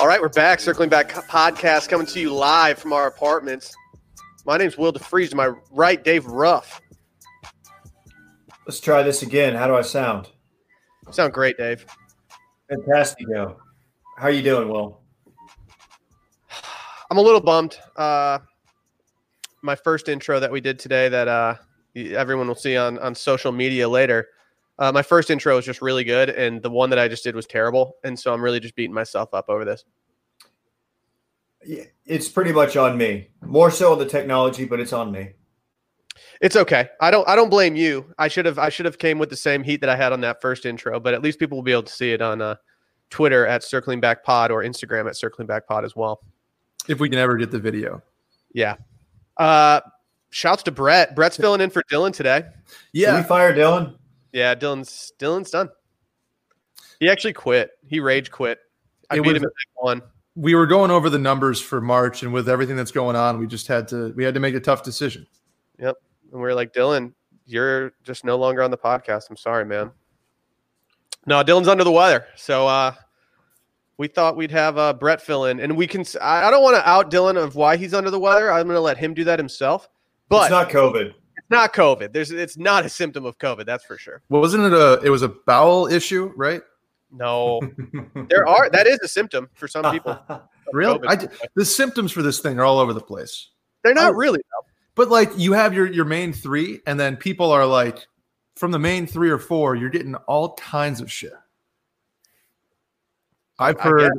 All right, we're back. Circling Back podcast coming to you live from our apartments. My name's Will DeFreeze. To my right, Dave Ruff. Let's try this again. How do I sound? You sound great, Dave. Fantastico. How are you doing, Will? I'm a little bummed. Uh, my first intro that we did today that uh, everyone will see on, on social media later. Uh, my first intro was just really good, and the one that I just did was terrible. And so I'm really just beating myself up over this. Yeah, It's pretty much on me. More so on the technology, but it's on me. It's okay. I don't I don't blame you. I should have I should have came with the same heat that I had on that first intro, but at least people will be able to see it on uh, Twitter at Circling Back Pod or Instagram at Circling Back Pod as well. if we can ever get the video. Yeah. Uh, shouts to Brett. Brett's filling in for Dylan today. Did we fire Dylan? Yeah, Dylan's Dylan's done. He actually quit. He rage quit. I It beat was- him at pick one. we were going over the numbers for March, and with everything that's going on, we just had to we had to make a tough decision. and we were like, Dylan, you're just no longer on the podcast. I'm sorry, man. No, Dylan's under the weather, so uh, we thought we'd have uh, Brett fill in, and we can. s- I I don't want to out Dylan of why he's under the weather. I'm going to let him do that himself. But it's not COVID. it's not COVID. There's it's not a symptom of COVID. That's for sure. Wasn't it a it was a bowel issue, right? No, there are that is a symptom for some Uh-huh. people. Really? COVID. I d the symptoms for this thing are all over the place. They're not Oh. really. But like you have your your main 3 and then people are like from the main 3 or 4, you're getting all kinds of shit. I've I guess. heard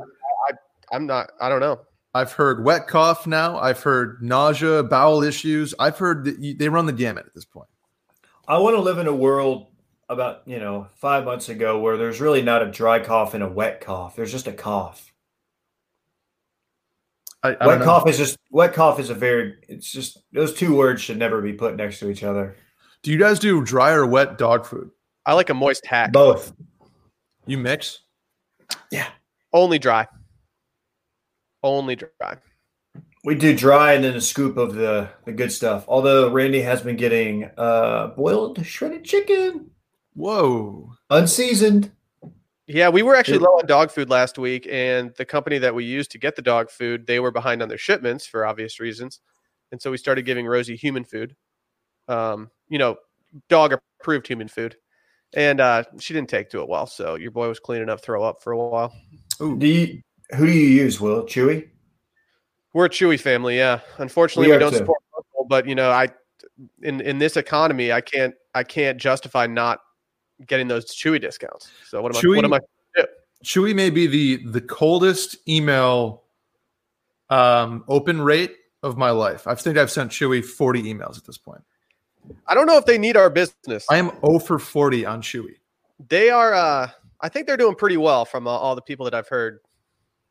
I'm not. I don't know. I've heard wet cough now. I've heard nausea, bowel issues. I've heard that you, they run the gamut at this point. I want to live in a world about, you know, five months ago where there's really not a dry cough and a wet cough. There's just a cough. I, I don't Wet know. cough is just, wet cough is a very, it's just, those two words should never be put next to each other. Do you guys do dry or wet dog food? I like a moist hack. Both. You mix? Only dry. Only dry. We do dry and then a scoop of the the good stuff. Although Randy has been getting uh boiled shredded chicken, Whoa. unseasoned. Yeah, we were actually It- low on dog food last week, and the company that we used to get the dog food, they were behind on their shipments for obvious reasons, and so we started giving Rosie human food, um, you know, dog approved human food, and uh, she didn't take to it well. So your boy was cleaning up throw up for a while. Do you who do you use, Will? Chewy? We're a Chewy family, yeah. Unfortunately, We we, are don't too. support local, but you know, I in in this economy, I can't I can't justify not getting those Chewy discounts. So what am I? What Chewy- am I? Chewy may be the the coldest email um, open rate of my life. I think I've sent Chewy 40 emails at this point. I don't know if they need our business. I am 0 for 40 on Chewy. They are. Uh, I think they're doing pretty well from uh, all the people that I've heard.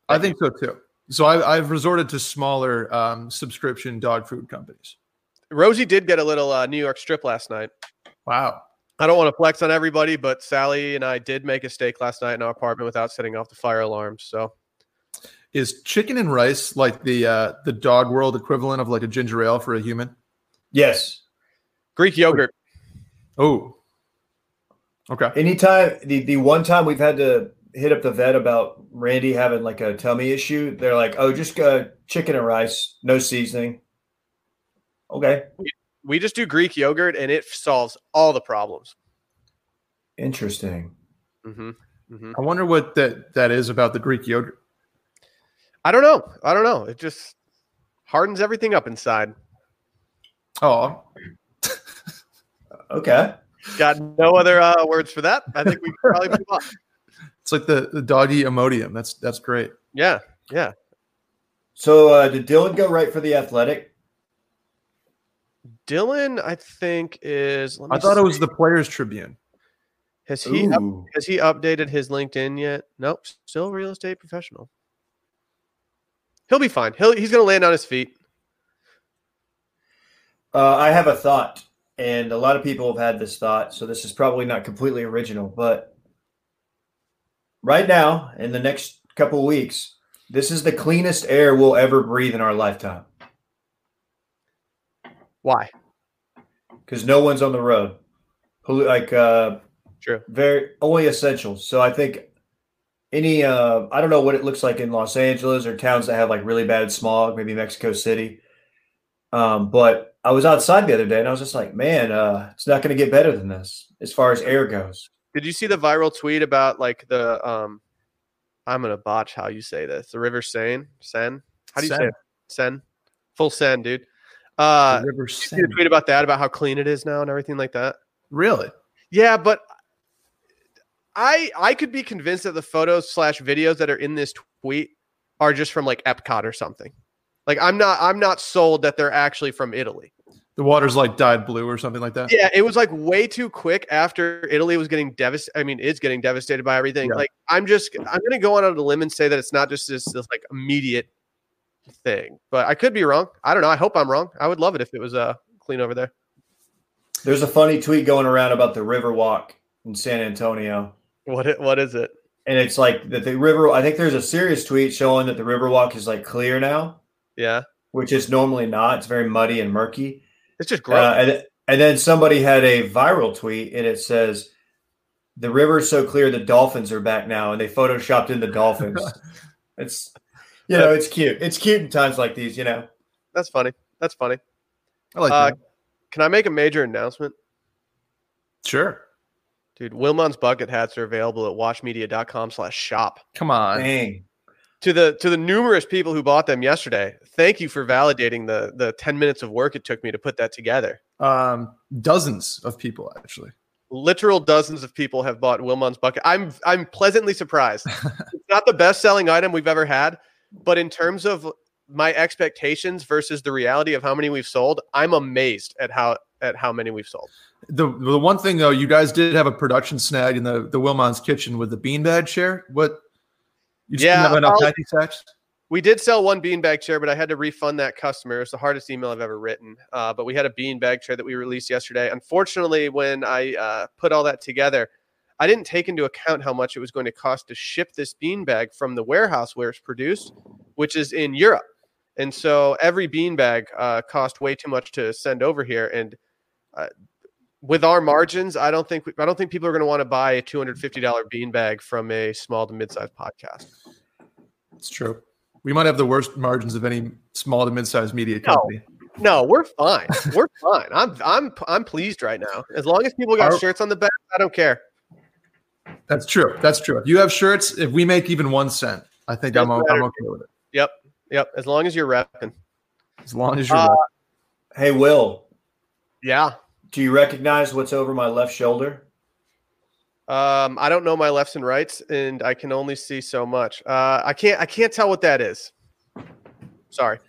I think so too. So I, I've resorted to smaller um, subscription dog food companies. Rosie did get a little uh, New York strip last night. Wow. I don't want to flex on everybody, but Sally and I did make a steak last night in our apartment without setting off the fire alarm. So Is chicken and rice like the uh, the dog world equivalent of like a ginger ale for a human? Yes. Greek yogurt. Oh. Okay. Anytime the the one time we've had to hit up the vet about Randy having like a tummy issue, they're like, "Oh, just uh, chicken and rice, no seasoning." Okay, We just do Greek yogurt, and it solves all the problems. interesting. hmm hmm I wonder what that that is about the Greek yogurt. I don't know. I don't know. It just hardens everything up inside. Oh, Okay. Got no other uh, words for that. I think we can probably move on. It's like the, the doggy emodium. That's that's great. Yeah. So uh, did Dylan go right for the athletic? Dylan, I think is. Let me I thought it see. was the Players Tribune. Has he up- Ooh. Has he updated his LinkedIn yet? Nope. Still real estate professional. He'll be fine. He'll he's gonna land on his feet. Uh, I have a thought, and a lot of people have had this thought, so this is probably not completely original, but right now, in the next couple weeks, this is the cleanest air we'll ever breathe in our lifetime Why? because no one's on the road. Pollu- Like, uh, True. very only essentials. So I think any uh I don't know what it looks like in Los Angeles or towns that have like really bad smog, maybe Mexico City. Um, but I was outside the other day and I was just like, man, uh, it's not gonna get better than this as far as air goes. Did you see the viral tweet about like the um I'm gonna botch how you say this. The River Seine? Sen? How do you say Seine. it? Sen? Full Sen, dude. Uh The River did you see the Seine. tweet about that, about how clean it is now and everything like that. Really? Yeah, but I I could be convinced that the photos slash videos that are in this tweet are just from like Epcot or something. Like I'm not I'm not sold that they're actually from Italy. The water's like dyed blue or something like that. Yeah, it was like way too quick after Italy was getting devastated. I mean, is getting devastated by everything. Yeah. Like, I'm just, I'm going to go on out on a limb and say that it's not just this, this like immediate thing, but I could be wrong. I don't know. I hope I'm wrong. I would love it if it was uh, clean over there. There's a funny tweet going around about the river walk in San Antonio. What i- What is it? And it's like that the river I think there's a serious tweet showing that the river walk is like clear now, Yeah. which is normally not. It's very muddy and murky. It's just gross. Uh, and, and then somebody had a viral tweet and it says, The river's so clear the dolphins are back now. And they photoshopped in the dolphins. it's, you know, it's cute. It's cute in times like these, you know. That's funny. That's funny. I like Uh, that. Can I make a major announcement? Sure. Dude, Wilmon's bucket hats are available at watchmedia.com slash shop. Come on. Dang. To the to the numerous people who bought them yesterday, thank you for validating the the 10 minutes of work it took me to put that together. Um, dozens of people actually. literal dozens of people have bought Wilmon's bucket. I'm I'm pleasantly surprised. it's not the best selling item we've ever had, but in terms of my expectations versus the reality of how many we've sold, I'm amazed at how at how many we've sold. The the one thing though, you guys did have a production snag in the the Wilmon's kitchen with the beanbag chair. What? You just Yeah, didn't have enough I'll- packing sacks. We did sell one beanbag chair, but I had to refund that customer. It was the hardest email I've ever written. Uh, but we had a beanbag chair that we released yesterday. Unfortunately, when I uh, put all that together, I didn't take into account how much it was going to cost to ship this beanbag from the warehouse where it's produced, which is in Europe. And so every beanbag uh, cost way too much to send over here. And uh, with our margins, I don't think we, I don't think people are going to want to buy a two hundred fifty dollar beanbag from a small to mid sized podcast. It's true. We might have the worst margins of any small to mid-sized media No. company. No, we're fine. We're fine. I'm I'm I'm pleased right now. As long as people got Are- shirts on the back, I don't care. That's true. That's true. If you have shirts, if we make even one cent, I think I'm, Doesn't o- I'm matter. okay with it. Yep. As long as you're repping. As long as you're Uh, right. Hey, Will, Yeah. do you recognize what's over my left shoulder? Um, I don't know my lefts and rights, and I can only see so much. Uh, I can't I can't tell what that is. Sorry.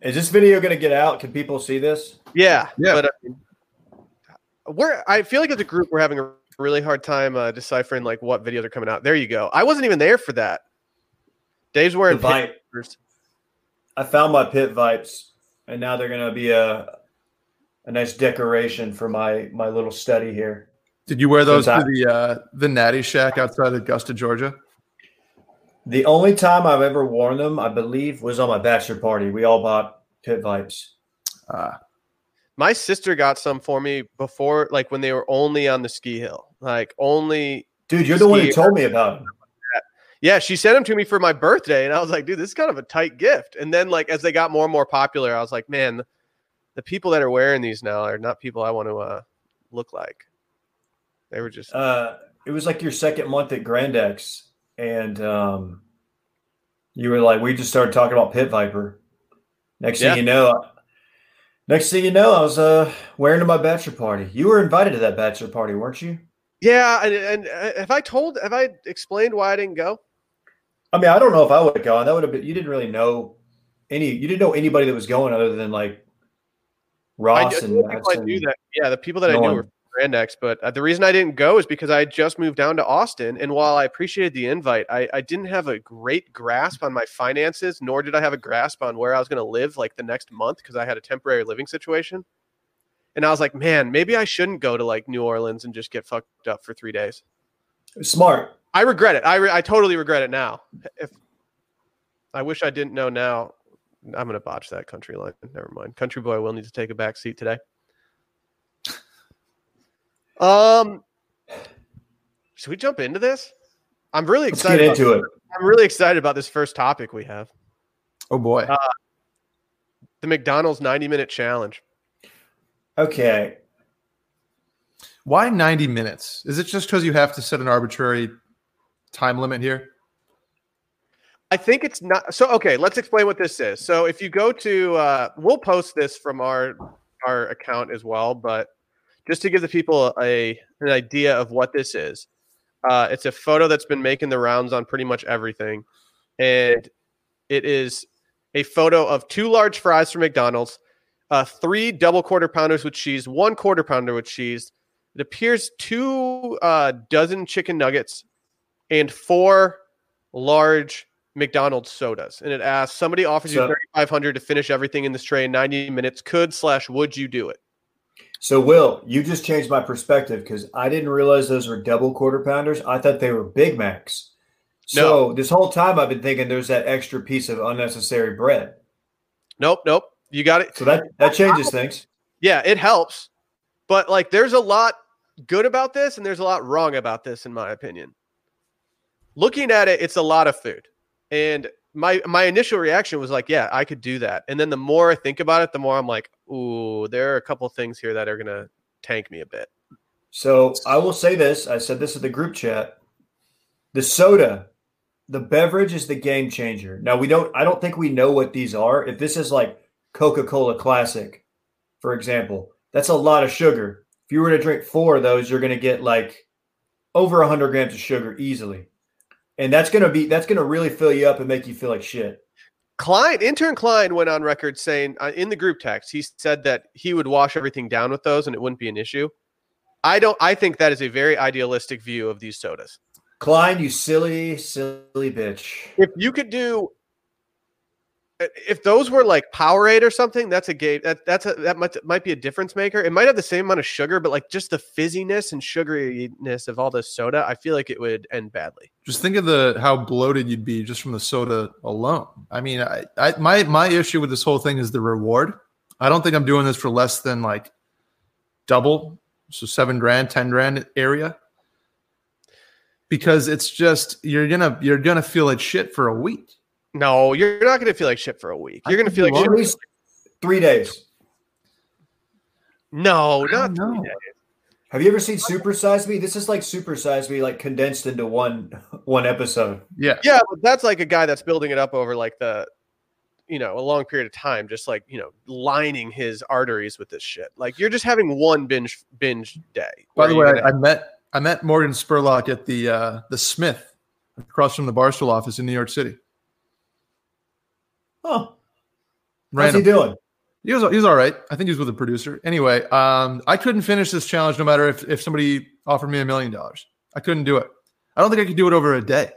Is this video going to get out? Can people see this? Yeah. Yeah. But uh, we're I feel like as a group we're having a really hard time uh, deciphering like what videos are coming out. There you go. I wasn't even there for that. Dave's wearing The vi- pictures. I found my pit vipes, and now they're going to be a a nice decoration for my my little study here. Did you wear those since to the uh, the Natty Shack outside Augusta, Georgia? The only time I've ever worn them, I believe, was on my bachelor party. We all bought pit vipes. Uh, My sister got some for me before, like when they were only on the ski hill, like only. Dude, you're the one who Skier. told me about them. Yeah, she sent them to me for my birthday, and I was like, dude, this is kind of a tight gift. And then, like, as they got more and more popular, I was like, man, the people that are wearing these now are not people I want to uh, look like. They were just Uh, it was like your second month at Grand X, and um, you were like, we just started talking about pit viper. Next Yeah. thing you know, next thing you know, I was uh, wearing to my bachelor party. You were invited to that bachelor party, weren't you? yeah. And, and uh, have I told? Have I explained why I didn't go? I mean, I don't know if I would have gone. That would have been you didn't really know any you didn't know anybody that was going other than like I knew- Ross and the people I Mattson. knew that. Yeah, the people that I Nolan. knew were Grand X, but uh, the reason I didn't go is because I had just moved down to Austin, and while I appreciated the invite, I, I didn't have a great grasp on my finances, nor did I have a grasp on where I was going to live like the next month because I had a temporary living situation. And I was like, man, maybe I shouldn't go to like New Orleans and just get fucked up for three days. smart. I regret it. I, re- I totally regret it now. If I wish I didn't know now, I'm going to botch that country line. Never mind. Country boy will need to take a back seat today. Um, should we jump into this? I'm really Let's get excited. About, into it. I'm really excited about this first topic we have Oh boy. Uh, the McDonald's 90 minute challenge. Okay. Why 90 minutes? Is it just because you have to set an arbitrary time limit here? I think it's not so. Okay, let's explain what this is. So if you go to, uh, we'll post this from our our account as well, but just to give the people a an idea of what this is, uh, it's a photo that's been making the rounds on pretty much everything, and it is a photo of two large fries from McDonald's, uh, three double quarter pounders with cheese, one quarter pounder with cheese. It appears two uh, dozen chicken nuggets and four large McDonald's sodas. And it asks somebody offers you So- 3500 to finish everything in this tray in 90 minutes. Could slash would you do it? So, Will, you just changed my perspective because I didn't realize those were double quarter pounders. I thought they were Big Macs. So, this whole time I've been thinking there's that extra piece of unnecessary bread. Nope, nope. You got it. So that that changes things. Yeah, it helps. But like there's a lot good about this and there's a lot wrong about this in my opinion. Looking at it, it's a lot of food. And my my initial reaction was like, yeah, I could do that. And then the more I think about it, the more I'm like, ooh, there are a couple things here that are going to tank me a bit. So I will say this. I said this in the group chat. The soda, the beverage is the game changer. Now we don't I don't think we know what these are. If this is like Coca-Cola Classic, for example, that's a lot of sugar. If you were to drink four of those, you're gonna get like over hundred grams of sugar easily. And that's gonna be that's gonna really fill you up and make you feel like shit. Klein, intern Klein went on record saying uh, in the group text, he said that he would wash everything down with those and it wouldn't be an issue. I don't, I think that is a very idealistic view of these sodas. Klein, you silly, silly bitch. If you could do, uh, if those were like Powerade or something, that's a game that that's a, that might, might be a difference maker. It might have the same amount of sugar, but like just the fizziness and sugariness of all this soda, I feel like it would end badly. Just think of the how bloated you'd be just from the soda alone. I mean, I, I my my issue with this whole thing is the reward. I don't think I'm doing this for less than like double, so seven grand, ten grand area, because it's just you're gonna you're gonna feel like shit for a week. No, you're not going to feel like shit for a week. I You're going to think feel like you shit. At least three days. No, I not don't three know. days. Have you ever seen Super Size Me? This is like Super Size Me, like condensed into one one episode. Yeah, Yeah, but that's like a guy that's building it up over like the, you know, a long period of time, just like you know, lining his arteries with this shit. Like you're just having one binge binge day. By where the you're way, gonna- I, I met I met Morgan Spurlock at the uh, the Smith across from the Barstool office in New York City. Oh, how's he Random. doing? He was he was all right. I think he was with a producer. Anyway, um, I couldn't finish this challenge no matter if, if somebody offered me a million dollars. I couldn't do it. I don't think I could do it over a day.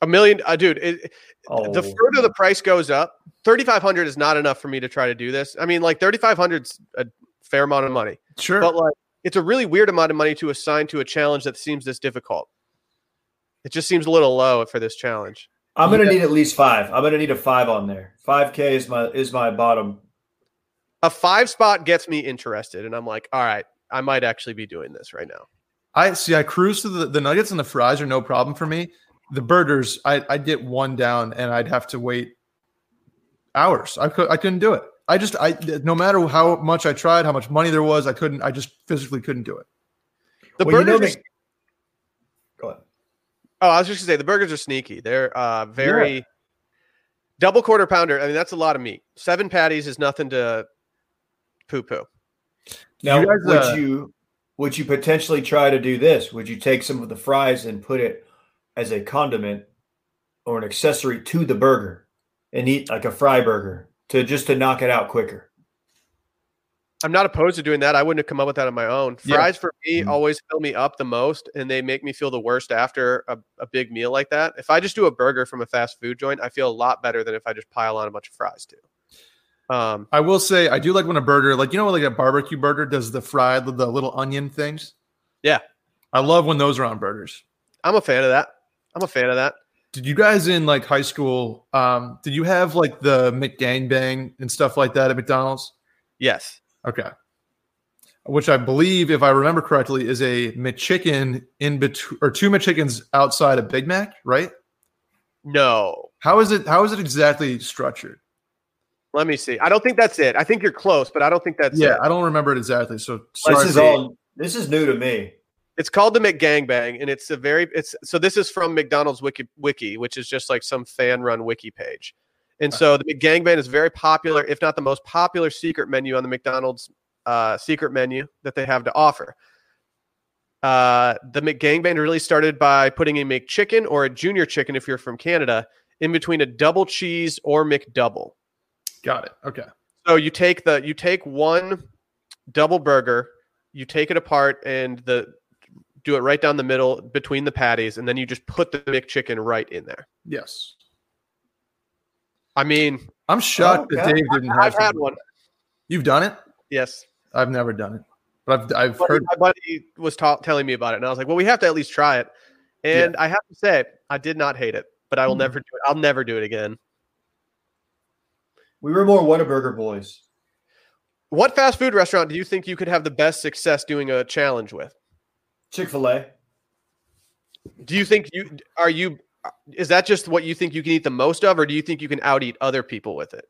a million, uh, dude. It, Oh, The further the price goes up, thirty five hundred is not enough for me to try to do this. I mean, like thirty five hundred's a fair amount of money, Sure. but like it's a really weird amount of money to assign to a challenge that seems this difficult. It just seems a little low for this challenge. I'm gonna Yeah. need at least five. I'm gonna need a five on there. Five K is my is my bottom. A five spot gets me interested, and I'm like, all right, I might actually be doing this right now. I see I cruise to the, the nuggets and the fries are no problem for me. The burgers, I I'd get one down and I'd have to wait hours. I could I couldn't do it. I just I no matter how much I tried, how much money there was, I couldn't I just physically couldn't do it. The Well, you know burgers. Mc- Go ahead. Oh, I was just gonna say the burgers are sneaky. They're uh very double quarter pounder. I mean, that's a lot of meat. Seven patties is nothing to poo poo. Now, You guys, would uh, you would you potentially try to do this? Would you take some of the fries and put it as a condiment or an accessory to the burger and eat like a fry burger to just to knock it out quicker? I'm not opposed to doing that. I wouldn't have come up with that on my own. Yeah. Fries for me Mhm. always fill me up the most, and they make me feel the worst after a, a big meal like that. If I just do a burger from a fast food joint, I feel a lot better than if I just pile on a bunch of fries too. Um, I will say I do like when a burger, like you know, like a barbecue burger does the fried the little onion things. Yeah. I love when those are on burgers. I'm a fan of that. I'm a fan of that. Did you guys in like high school? Um, did you have like the McGangbang and stuff like that at McDonald's? Yes. Okay, which I believe, if I remember correctly, is a McChicken in between or two McChickens outside a Big Mac, right? No, How is it? How is it exactly structured? let me see. I don't think that's it. I think you're close, but I don't think that's yeah, it. I don't remember it exactly. So sorry. This is all. This is new to me. It's called the McGangbang, and it's a very it's so this is from McDonald's wiki wiki, which is just like some fan run wiki page. And so the McGangbang is very popular, if not the most popular secret menu on the McDonald's uh, secret menu that they have to offer. Uh, the McGangbang really started by putting a McChicken or a junior chicken, if you're from Canada, in between a double cheese or McDouble. Got it. Okay. So you take the you take one double burger, you take it apart and the do it right down the middle between the patties, and then you just put the McChicken right in there. Yes. I mean, I'm shocked Okay. that Dave didn't have. I've had something. one. You've done it. Yes, I've never done it, but I've I've But heard. my buddy was ta- telling me about it, and I was like, "Well, we have to at least try it." And I have to say, I did not hate it, but I will Hmm. never do it. I'll never do it again. We were more Whataburger boys. What fast food restaurant do you think you could have the best success doing a challenge with? Chick Fil A. Do you think you are you? Is that just what you think you can eat the most of, or do you think you can out eat other people with it?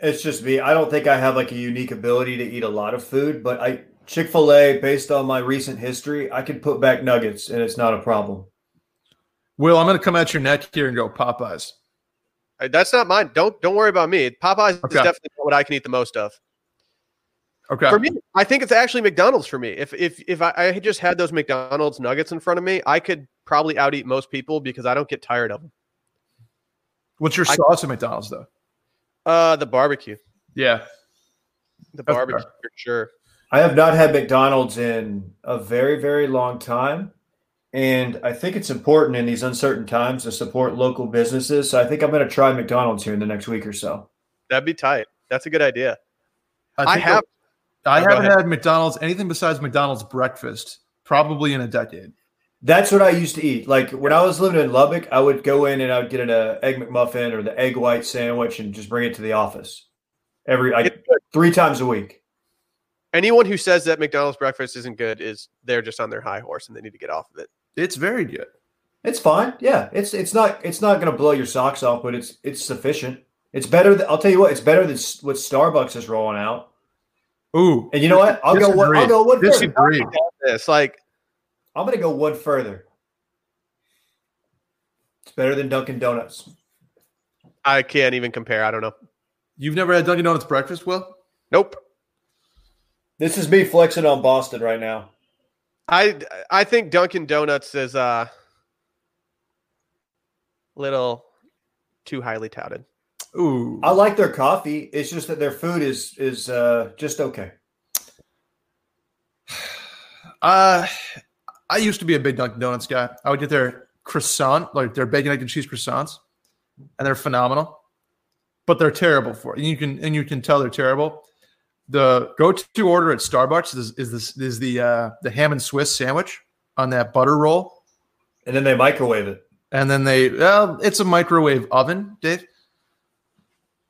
It's just me. I don't think I have like a unique ability to eat a lot of food, but I Chick Fil A, based on my recent history, I could put back nuggets and it's not a problem. Will, I'm going to come at your neck here and go Popeyes. Uh, That's not mine. Don't don't worry about me. Popeyes Okay. is definitely not what I can eat the most of. Okay. For me, I think it's actually McDonald's for me. If if if I, I just had those McDonald's nuggets in front of me, I could probably out eat most people because I don't get tired of them. What's your I- sauce at McDonald's though? Uh, the barbecue, Yeah. the That's barbecue for sure. I have not had McDonald's in a very, very long time. And I think it's important in these uncertain times to support local businesses. So I think I'm going to try McDonald's here in the next week or so. That'd be tight. That's a good idea. I, think have I Oh, go haven't ahead. had McDonald's anything besides McDonald's breakfast probably in a decade. That's what I used to eat. Like when I was living in Lubbock, I would go in and I would get an uh, egg McMuffin or the egg white sandwich and just bring it to the office every I, it's good. three times a week. anyone who says that McDonald's breakfast isn't good is they're just on their high horse and they need to get off of it. It's very good. It's fine. Yeah, it's it's not it's not going to blow your socks off, but it's it's sufficient. It's better. Than, I'll tell you what. It's better than s- what Starbucks is rolling out. Ooh, And you know what? I'll go. One, I'll Disagree. go one further. disagree. It's like I'm going to go one further. It's better than Dunkin' Donuts. I can't even compare. I don't know. You've never had Dunkin' Donuts breakfast, Will? Nope. This is me flexing on Boston right now. I I think Dunkin' Donuts is a little too highly touted. Ooh, I like their coffee. It's just that their food is is uh, just okay. uh, I used to be a big Dunkin' Donuts guy. I would get their croissant, like their bacon, egg, and cheese croissants, and they're phenomenal. But they're terrible for it. And you can and you can tell they're terrible. The go-to order at Starbucks is is this is the uh, the ham and Swiss sandwich on that butter roll. And then they microwave it. and then they well, it's a microwave oven, Dave.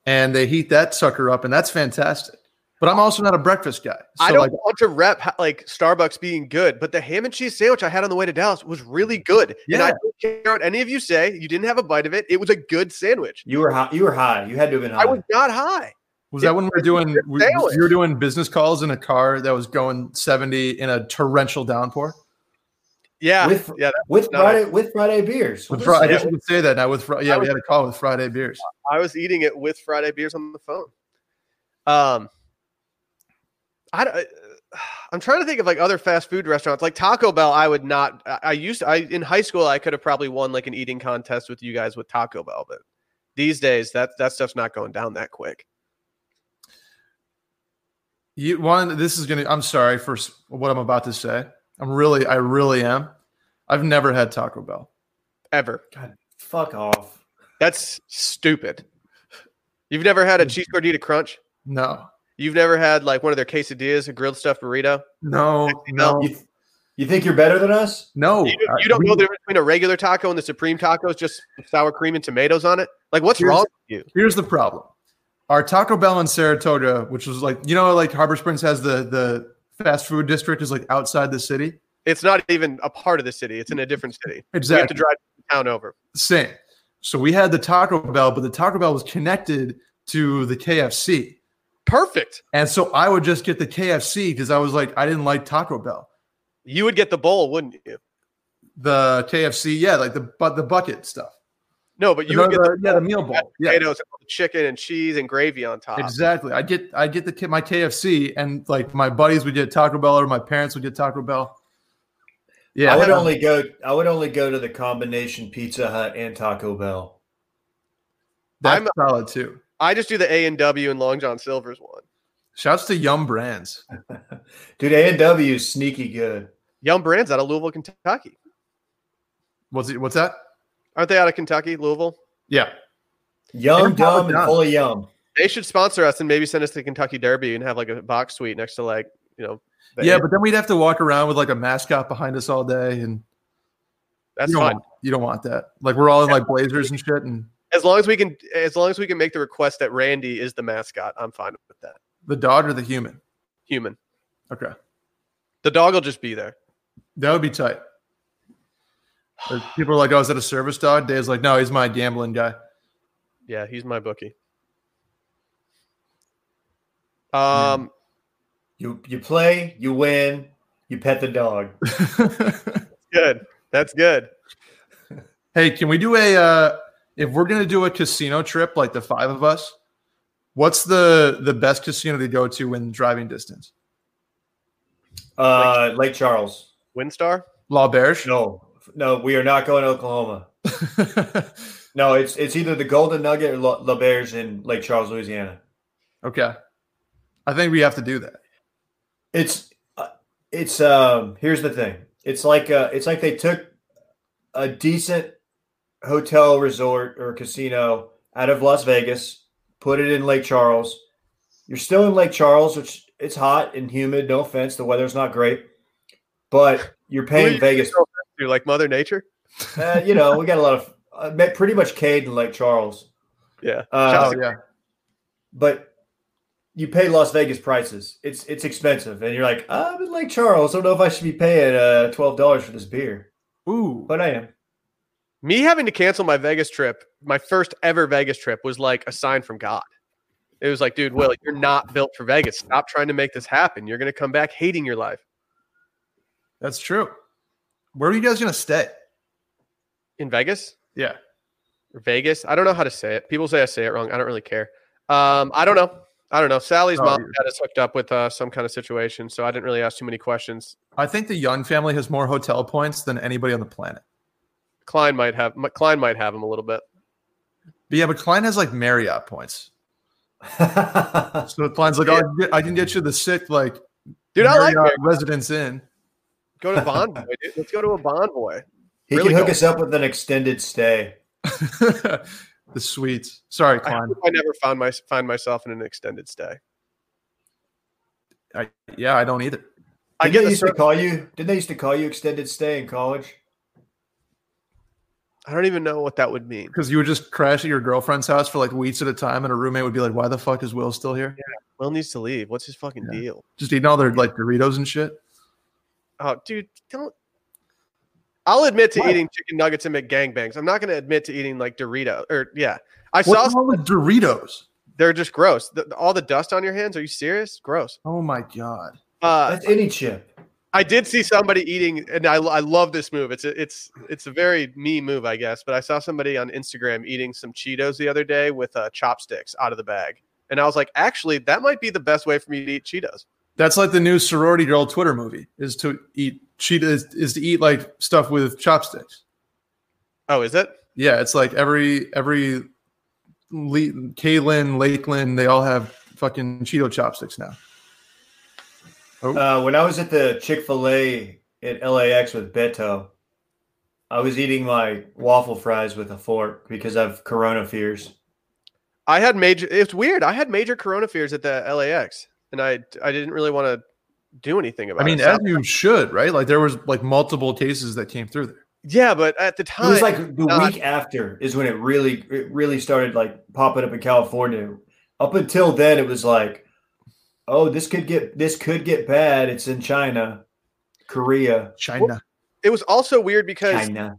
And they heat that sucker up, and that's fantastic. But I'm also not a breakfast guy. So I don't like want to rep ho- like Starbucks being good, but the ham and cheese sandwich I had on the way to Dallas was really good. And I Yeah. don't care what any of you say. You didn't have a bite of it. It was a good sandwich. You were high. You were high. You had to have been high. I was not high. was that when we were doing we, sandwich. you were doing business calls in a car that was going 70 in a torrential downpour? Yeah. With- yeah. that- with No. Friday with Friday beers. With What Fri- is I that? guess you could say that now with Fri- yeah, we had a call with Friday beers. I was eating it with Friday beers on the phone. Um, I don't. I'm trying to think of like other fast food restaurants, like Taco Bell. I would not. I, I used. I in high school, I could have probably won like an eating contest with you guys with Taco Bell, but these days that that stuff's not going down that quick. You one this is gonna I'm sorry for s- what I'm about to say. I'm really I really am. I've never had Taco Bell. Ever. Fuck off. That's stupid. You've never Hmm. had a cheese gordita crunch. No. You've never had like one of their quesadillas, a grilled stuffed burrito. No, no, You, th- you think you're better than us? no. You, don't- I- you don't Oh, uh, we- know the difference between a regular taco and the supreme taco. It's just sour cream and tomatoes on it. Like, what's Here's- wrong with you? Here's the problem. our Taco Bell in Saratoga, which was like you know, like Harbor Springs has the the fast food district is like outside the city. It's not even a part of the city. It's in a different city. You have to Exactly. drive the town over. Same. So we had the Taco Bell, but the Taco Bell was connected to the KFC. Perfect. And so I would just get the KFC because I was like, I didn't like Taco Bell. You would get the bowl, wouldn't you? The KFC, yeah, like the but the bucket stuff. No, but you No, would get the- the yeah, the meal bowl. Yeah, potatoes, and all the chicken and cheese and gravy on top. exactly. I get I get the K- my KFC, and like my buddies would get Taco Bell, or my parents would get Taco Bell. Yeah, I would had- only go. I would only go to the combination Pizza Hut and Taco Bell. that's I'm- solid too. I just do the A and W and Long John Silver's one. Shouts to Yum Brands. Dude, A and W is sneaky good. Yum Brands out of Louisville, Kentucky. What's it? What's that? Aren't they out of Kentucky, Louisville? Yeah, Yum, They're dumb, probably and done. full of yum. They should sponsor us and maybe send us to Kentucky Derby and have like a box suite next to like you know yeah. But then we'd have to walk around with like a mascot behind us all day, and that's you don't fine. want- you don't want that. Like we're all in like blazers and shit, and As long as we can, as long as we can make the request that Randy is the mascot, I'm fine with that. the dog or the human. Human, Okay, the dog will just be there. that would be tight. Like, people are like, "Oh, is that a service dog?" Dave's like, "No, he's my gambling guy." Yeah, he's my bookie. Hmm. Um, you you play, you win, you pet the dog. good. That's good. Hey, can we do a uh if we're gonna do a casino trip, like the five of us, what's the the best casino to go to in driving distance? Uh, Lake Charles. Windstar. La Berge? No, no, we are not going to Oklahoma. No, it's it's either the Golden Nugget or La, La Bears in Lake Charles, Louisiana. okay. I think we have to do that. It's uh, it's um. Here's the thing. It's like uh, it's like they took a decent hotel resort or casino out of Las Vegas, put it in Lake Charles. You're still in Lake Charles, which it's hot and humid. No offense, the weather's not great, but you're paying you Vegas. Do you like Mother Nature? Uh, you know, we got a lot of uh, ma- pretty much Cade in Lake Charles. Yeah. Uh, Oh yeah. but you pay Las Vegas prices. It's it's expensive, and you're like, "Ah, I'm in Lake Charles. I don't know if I should be paying uh, twelve dollars for this beer, Ooh. but I am. Me having to cancel my Vegas trip, my first ever Vegas trip, was like a sign from God. It was like, dude, Will, you're not built for Vegas. Stop trying to make this happen. You're gonna come back hating your life That's true. Where are you guys gonna stay? in Vegas. Yeah. or Vegas. I don't know how to say it. People say I say it wrong. I don't really care. Um, I don't know. I don't know. Sally's Oh, mom yeah. got us hooked up with uh, some kind of situation, so I didn't really ask too many questions. I think the Young family has more hotel points than anybody on the planet. Klein might have M- Klein might have him a little bit. But yeah, but Klein has like Marriott points. So Klein's like, oh, I can get- I can get you the sick like Dude, I like Marriott Vegas. residence in. Go to Bonvoy, dude. Let's go to a Bonvoy. he Really can hook don't. us up with an extended stay. the sweets. Sorry, I, Klein. hope I never found my find myself in an extended stay. Yeah, I don't either. I Didn't get they the used to ser- call you. Didn't they used to call you extended stay in college? I don't even know what that would mean. Because you would just crash at your girlfriend's house for like weeks at a time, and a roommate would be like, "Why the fuck is Will still here? Will needs to leave. What's his fucking Yeah. deal? Just eating all their like Doritos and shit." Oh, dude, don't. I'll admit to What? eating chicken nuggets and McGangbangs. I'm not going to admit to eating like Dorito or yeah. I saw What's wrong with Doritos? They're just gross. The, the- all the dust on your hands. Are you serious? Gross. Oh my god! Uh, That's any chip. I, I did see somebody eating, and I, I love this move. It's a, it's it's a very me move, I guess. But I saw somebody on Instagram eating some Cheetos the other day with uh, chopsticks out of the bag, and I was like, actually, that might be the best way for me to eat Cheetos. That's like the new sorority girl Twitter movie is to eat cheetah is, is to eat like stuff with chopsticks. Oh, is it? Yeah, it's like every every Le- Kaylin Lakeland they all have fucking Cheeto chopsticks now. uh, when I was at the Chick Fil A at LAX with Beto, I was eating my waffle fries with a fork because I've Corona fears. I had major. It's weird. I had major corona fears at the LAX, and I I didn't really want to do anything about I mean, it. So- as you should, right? Like there was like multiple cases that came through there. yeah, but at the It time, was like the uh, God. week after is when it really it really started like popping up in California. Up until then, it was like, oh, this could get this could get bad. It's in China, Korea, China. It was also weird because China.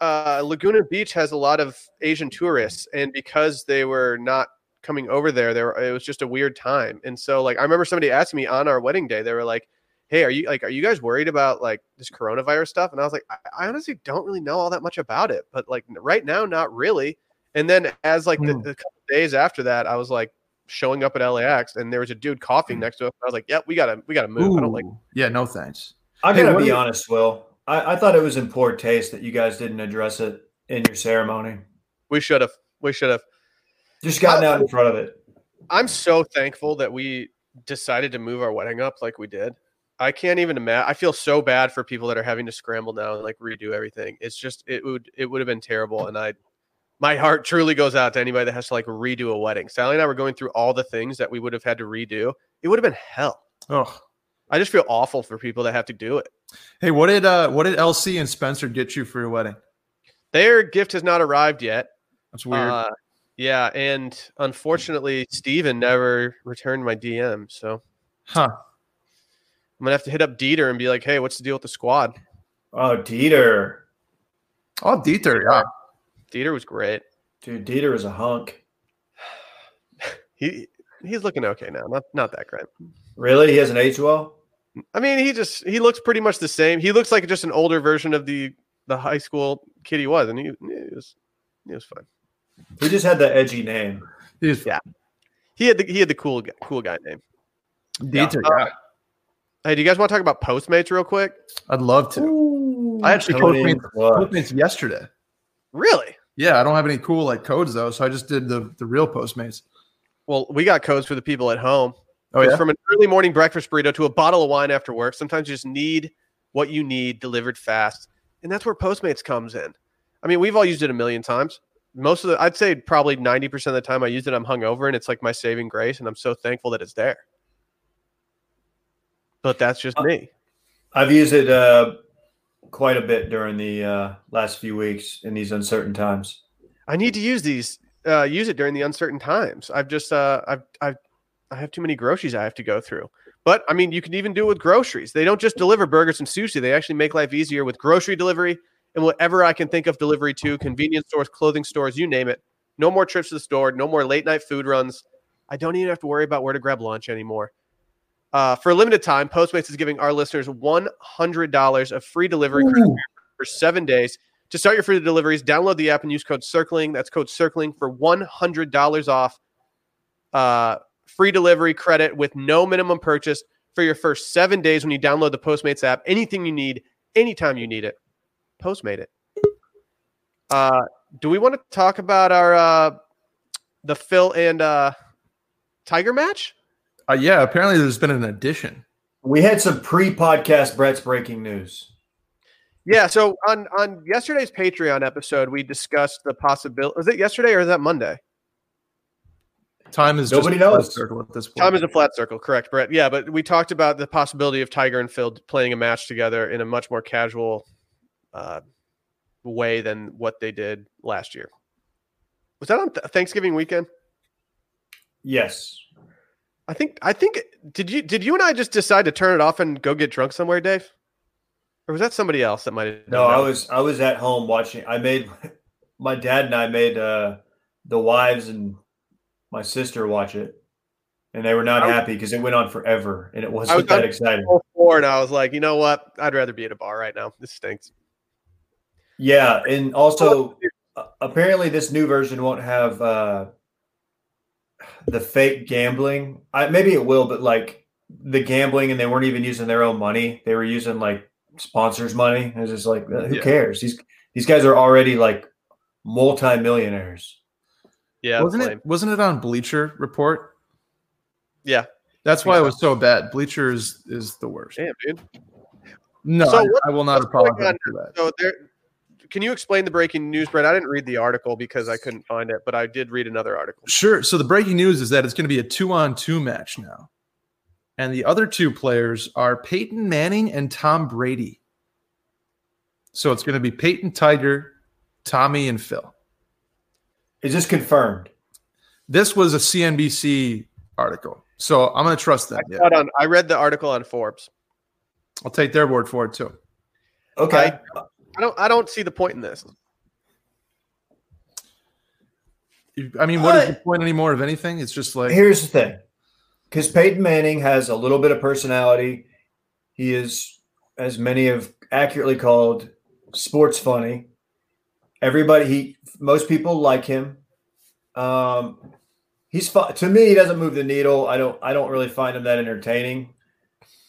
uh, Laguna Beach has a lot of Asian tourists, and because they were not coming over there, there it was just a weird time. And so, like, I remember somebody asked me on our wedding day, they were like, "Hey, are you like, are you guys worried about like this coronavirus stuff?" And I was like, "I, I honestly don't really know all that much about it, but like right now, not really." And then as like the, Hmm. the couple days after that, I was like showing up at LAX, and there was a dude coughing next to us. I was like, "Yep, we gotta we gotta move." I don't like. Hmm. Ooh. yeah, no thanks. I'm Hey, gonna what be do you- honest, Will. I, I thought it was in poor taste that you guys didn't address it in your ceremony. We should have. We should have. Just Uh, gotten out in front of it. I'm so thankful that we decided to move our wedding up like we did. I can't even imagine. I feel so bad for people that are having to scramble now and like redo everything. It's just it would it would have been terrible, and I my heart truly goes out to anybody that has to like redo a wedding. Sally and I were going through all the things that we would have had to redo. It would have been hell. Oh, I just feel awful for people that have to do it. hey, what did uh, what did LC and Spencer get you for your wedding? Their gift has not arrived yet. That's weird. Uh, yeah, and unfortunately, Steven never returned my DM. So huh? I'm gonna have to hit up Dieter and be like, "Hey, what's the deal with the squad?" Oh, Dieter, Oh, Dieter. Yeah. Dieter was great. dude, Dieter is a hunk. He he's looking okay now. Not not that great. Really, he has an H well. I mean, he just he looks pretty much the same. He looks like just an older version of the the high school kid he was, and he, he was he was fine. He just had the edgy name. He's- Yeah. He had the he had the cool guy, cool guy name. Dieter. Yeah. yeah. Hey, do you guys want to talk about Postmates real quick? I'd love to. I actually Coming coached in me- clutch. Postmates yesterday. Really? Yeah, I don't have any cool like codes though, so I just did the the real Postmates. Well, we got codes for the people at home. Oh It's yeah, From an early morning breakfast burrito to a bottle of wine after work. Sometimes you just need what you need delivered fast. And that's where Postmates comes in. I mean, we've all used it a million times. Most of the, I'd say probably 90% of the time I use it, I'm hungover and it's like my saving grace. And I'm so thankful that it's there. But that's just Uh, me. I've used it uh, quite a bit during the uh, last few weeks in these uncertain times. I need to use these, uh, use it during the uncertain times. I've just, uh, I've, I've, I have too many groceries I have to go through. But I mean, you can even do it with groceries. They don't just deliver burgers and sushi. They actually make life easier with grocery delivery and whatever I can think of delivery to convenience stores, clothing stores, you name it. No more trips to the store, no more late night food runs. I don't even have to worry about where to grab lunch anymore. Uh, for a limited time, Postmates is giving our listeners $100 of free delivery credit for seven days. To start your free deliveries, download the app and use code CIRCLING. That's code CIRCLING for $100 off uh, free delivery credit with no minimum purchase for your first seven days when you download the Postmates app. Anything you need, anytime you need it, Postmate it. Uh, do we want to talk about our uh, the Phil and uh, Tiger match? uh, yeah. Apparently, there's been an addition. We had some pre-podcast Brett's breaking news. Yeah. So on on yesterday's Patreon episode, we discussed the possibility. Was it yesterday or is that Monday? Time is Nobody just a knows. circle at this point. Time is a flat circle, correct, Brett? Yeah, but we talked about the possibility of Tiger and Phil playing a match together in a much more casual uh, way than what they did last year. Was that on Th- Thanksgiving weekend? Yes, I think. I think. Did you? Did you and I just decide to turn it off and go get drunk somewhere, Dave? Or was that somebody else that might have? no, I was I was at home watching. I made my dad and I made uh, the wives and my sister watch it, and they were not I was- happy because it went on forever and it I wasn't was that on- exciting. Four, and I was like, you know what? I'd rather be at a bar right now. This stinks. Yeah, and also a- apparently this new version won't have uh the fake gambling. I maybe it will, but like the gambling and they weren't even using their own money. They were using like sponsors' money. It's just like uh, who Yeah. cares? These these guys are already like multimillionaires. Yeah, wasn't lame. it? Wasn't it on Bleacher Report? Yeah. That's why it was so bad. Bleacher is is the worst. Damn, dude. No, So I- what- I will not what's going apologize on for that. So there can you explain the breaking news, Brett? I didn't read the article because I couldn't find it, but I did read another article. Sure. So the breaking news is that it's going to be a two on two match now. And the other two players are Peyton Manning and Tom Brady. So it's going to be Peyton Tiger, Tommy, and Phil. Is this confirmed? This was a CNBC article, so I'm going to trust them. I, on, I read the article on Forbes. I'll take their word for it too. Okay. I don't. I don't see the point in this. I mean, what is the Uh, point anymore of anything? It's just like Here's the thing because Peyton Manning has a little bit of personality. He is, as many have accurately called, sports funny. Everybody, he, most people like him. Um, he's fu- to me, he doesn't move the needle. I don't, I don't really find him that entertaining.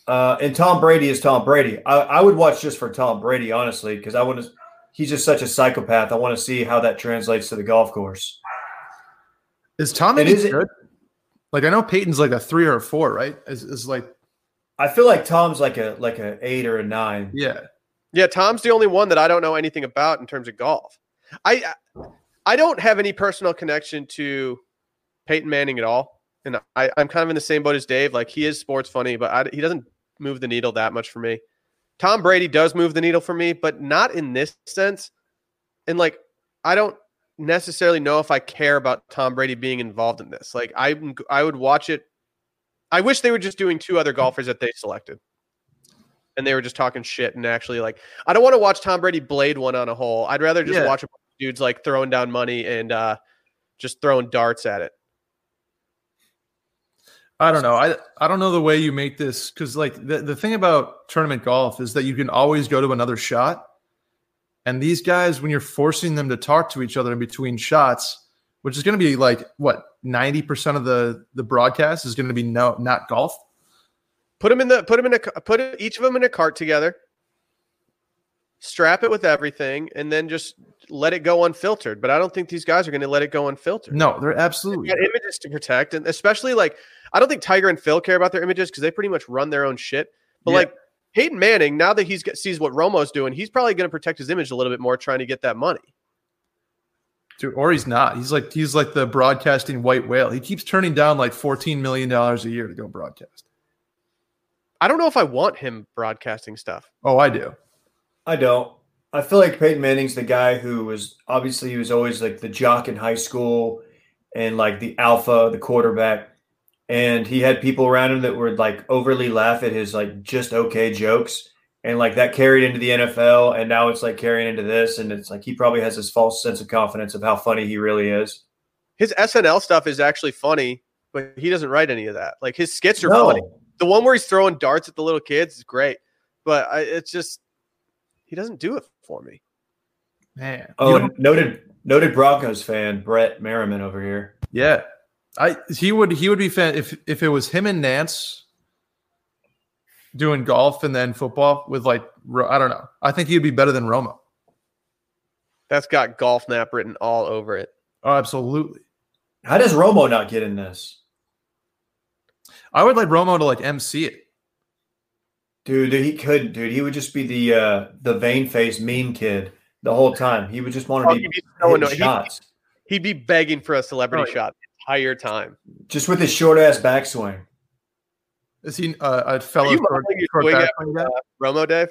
Uh, and Tom Brady is Tom Brady. I, I would watch just for Tom Brady, honestly, because I want to. He's just such a psychopath. I want to see how that translates to the golf course. is Tom It any is- good? Like I know Peyton's like a three or a four, right? Is, is like I feel like Tom's like a like a eight or a nine. yeah. Yeah, Tom's the only one that I don't know anything about in terms of golf. I I don't have any personal connection to Peyton Manning at all, and I, I'm kind of in the same boat as Dave. Like he is sports funny, but I, he doesn't move the needle that much for me. Tom Brady does move the needle for me, but not in this sense. And like I don't necessarily know if I care about Tom Brady being involved in this. Like I I would watch it. I wish they were just doing two other golfers that they selected. And they were just talking shit and actually like I don't want to watch Tom Brady blade one on a hole. I'd rather just Yeah. watch a bunch of dudes like throwing down money and uh just throwing darts at it. I don't know. I I don't know the way you make this because like the, the thing about tournament golf is that you can always go to another shot. And these guys, when you're forcing them to talk to each other in between shots, which is going to be like what 90% of the the broadcast is going to be no not golf. Put them in the put them in a ca- put each of them in a cart together. Strap it with everything and then just let it go unfiltered. But I don't think these guys are going to let it go unfiltered. No, they're They absolutely got images to protect, and especially like I don't think Tiger and Phil care about their images because they pretty much run their own shit. But Yeah. like Peyton Manning, now that he's got, sees what Romo's doing, he's probably going to protect his image a little bit more, trying to get that money. Dude, or he's not. He's like he's like the broadcasting white whale. He keeps turning down like 14 million dollars a year to go broadcast. I don't know if I want him broadcasting stuff. Oh, I do. I don't. I feel like Peyton Manning's the guy who was obviously he was always like the jock in high school and like the alpha, the quarterback. And he had people around him that would like overly laugh at his like just okay jokes. And like that carried into the NFL. And now it's like carrying into this. And it's like he probably has this false sense of confidence of how funny he really is. His SNL stuff is actually funny, but he doesn't write any of that. Like his skits are No. funny. The one where he's throwing darts at the little kids is great, but I, it's just he doesn't do it for me. Man. Oh, You know- and noted noted Broncos fan Brett Merriman over here. Yeah, I he would he would be fan if if it was him and Nance doing golf and then football with like Ro- I don't know. I think he'd be better than Romo. That's got golf nap written all over it. Oh, absolutely. How does Romo not get in this? I would like Romo to like MC it. Dude, dude, he couldn't, dude. He would just be the uh the vain faced mean kid the whole time. He would just want Oh, to be he'd be so hitting annoying. He'd- shots. He'd be begging for a celebrity Oh, yeah. shot the entire time. Just with his short ass backswing. Is he uh, a fellow? Are you short- modeling your short swing back after, swing guy? uh, Romo, Dave?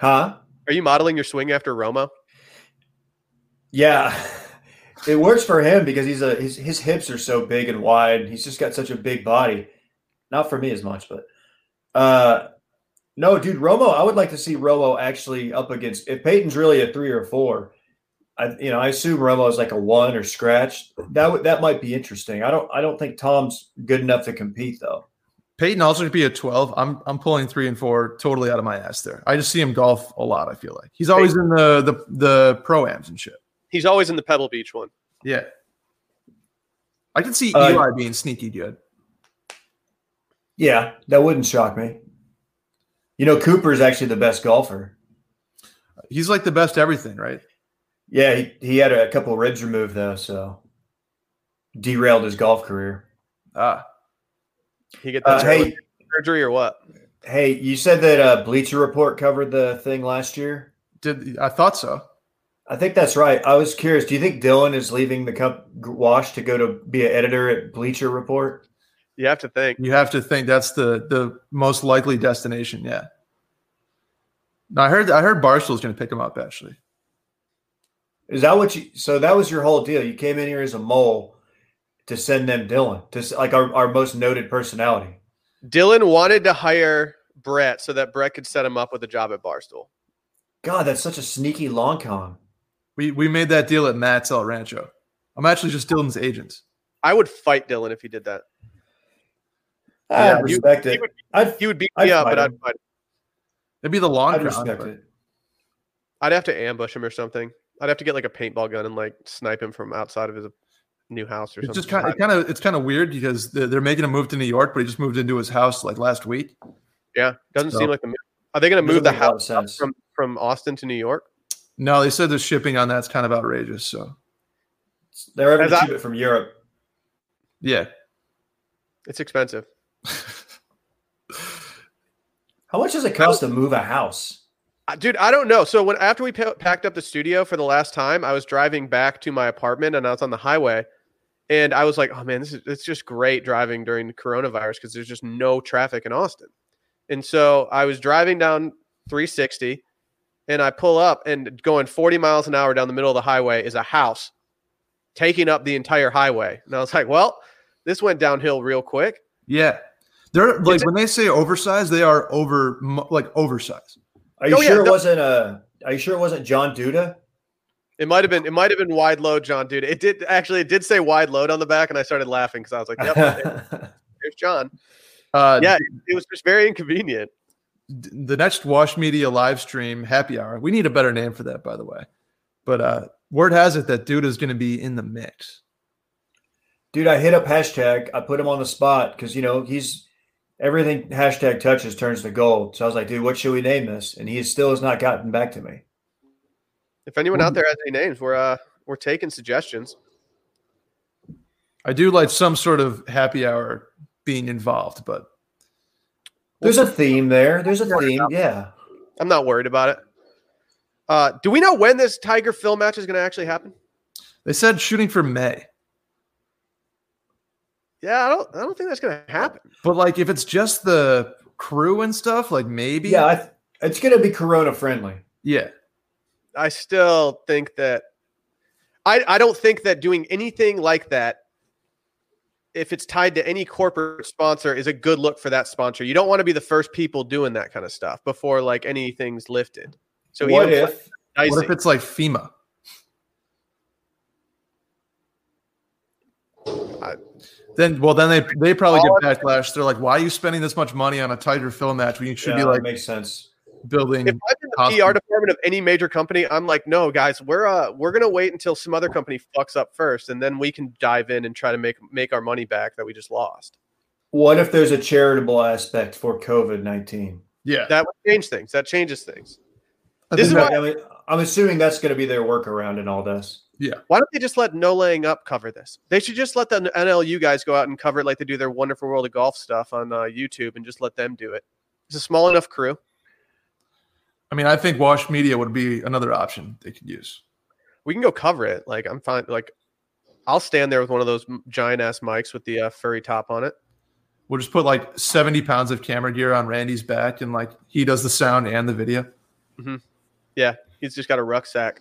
Huh? Are you modeling your swing after Romo? Yeah. It works for him because he's a his his hips are so big and wide. He's just got such a big body. Not for me as much, but uh no, dude, Romo, I would like to see Romo actually up against if Peyton's really a three or four. I you know, I assume Romo is like a one or scratch. That would that might be interesting. I don't I don't think Tom's good enough to compete though. Peyton also could be a twelve. I'm I'm pulling three and four totally out of my ass there. I just see him golf a lot. I feel like he's always in the the the pro ams and shit. He's always in the Pebble Beach one. Yeah, I can see Uh, Eli being sneaky good. Yeah, that wouldn't shock me. You know, Cooper's actually the best golfer. He's like the best everything, right? Yeah, he, he had a couple ribs removed though, so derailed his golf career. Ah, He get Uh, that hey, surgery or what? hey, you said that uh, Bleacher Report covered the thing last year. did I thought so? I think that's right. I was curious. Do you think Dylan is leaving the cup wash to go to be an editor at Bleacher Report? You have to think. You have to think that's the the most likely destination. Yeah. No, I heard I heard Barstool's going to pick him up actually. Is that what you? So that was your whole deal. You came in here as a mole to send them Dylan, to s- like our, our most noted personality. Dylan wanted to hire Brett so that Brett could set him up with a job at Barstool. God, that's such a sneaky long con. We we made that deal at Matt's El Rancho. I'm actually just Dylan's agent. I would fight Dylan if he did that. I Yeah, you- respect it. you would- I'd, He would beat I'd me up, fight but I'd, him. fight him. It'd be the long I'd con, respect but- it. I'd have to ambush him or something. I'd have to get like a paintball gun and like snipe him from outside of his new house or It's something. just kind of, kind of it's kind of weird because they're, they're making a move to New York, but he just moved into his house like last week. yeah, doesn't So- seem like the. move. Are they going to Doesn't move the make a lot of house up sense. from from Austin to New York? No, they said the shipping on that's kind of outrageous. So They're able As to I- ship it from Europe. yeah, It's expensive. How much does it cost to move a house? I- Dude, I don't know. So when after we pa- packed up the studio for the last time, I was driving back to my apartment and I was on the highway, and I was like, "Oh man, this is it's just great driving during the coronavirus because there's just no traffic in Austin." And so I was driving down 360, and I pull up and going 40 miles an hour down the middle of the highway is a house taking up the entire highway, and I was like, "Well, this went downhill real quick." yeah. They're like It's a- when they say oversized, they are over mu- like oversized. Are you Oh, yeah, sure it no- wasn't uh Are you sure it wasn't John Duda? It might have been it might have been wide load, John, dude. It did actually it did say wide load on the back, and I started laughing because I was like, "Yep." there's John. Uh, Yeah, It was just very inconvenient. d- the next Wash Media live stream happy hour. We need a better name for that, by the way. But uh, word has it that dude is going to be in the mix. Dude, I hit up hashtag. I put him on the spot because you know he's everything hashtag touches turns to gold. So I was like, dude, what should we name this? And he still has not gotten back to me. If anyone out there has any names, we're uh we're taking suggestions. I do like some sort of happy hour being involved, but There's a theme there. There's a theme. Yeah. I'm not worried about it. Uh, do we know when this Tiger Phil match is going to actually happen? they said shooting for May. Yeah, I don't. I don't think that's going to happen. But like, if it's just the crew and stuff, like maybe, Yeah. I th- it's going to be Corona friendly. yeah. I still think that. I I don't think that doing anything like that, if it's tied to any corporate sponsor, is a good look for that sponsor. You don't want to be the first people doing that kind of stuff before like anything's lifted. So what even if? What if dicing- it's like FEMA? I- Then, well, then they they probably All get backlash. They're like, "Why are you spending this much money on a Tiger Phil match when you should Yeah, be that like makes sense. building?" if I'm in the Possibly. PR department of any major company, I'm like, no, guys, we're uh, we're gonna wait until some other company fucks up first, and then we can dive in and try to make make our money back that we just lost. What if there's a charitable aspect for COVID nineteen? yeah, That would change things. That changes things. I this think is that- why- I'm, I'm assuming that's going to be their workaround in all this. Why don't they just let No Laying Up cover this? They should just let the NLU guys go out and cover it like they do their Wonderful World of Golf stuff on uh, YouTube, and just let them do it. It's a small enough crew. I mean, I think Wash Media would be another option they could use. We can go cover it. Like I'm fine. Like I'll stand there with one of those giant ass mics with the uh, furry top on it. We'll just put like seventy pounds of camera gear on Randy's back, and like he does the sound and the video. Yeah, he's just got a rucksack.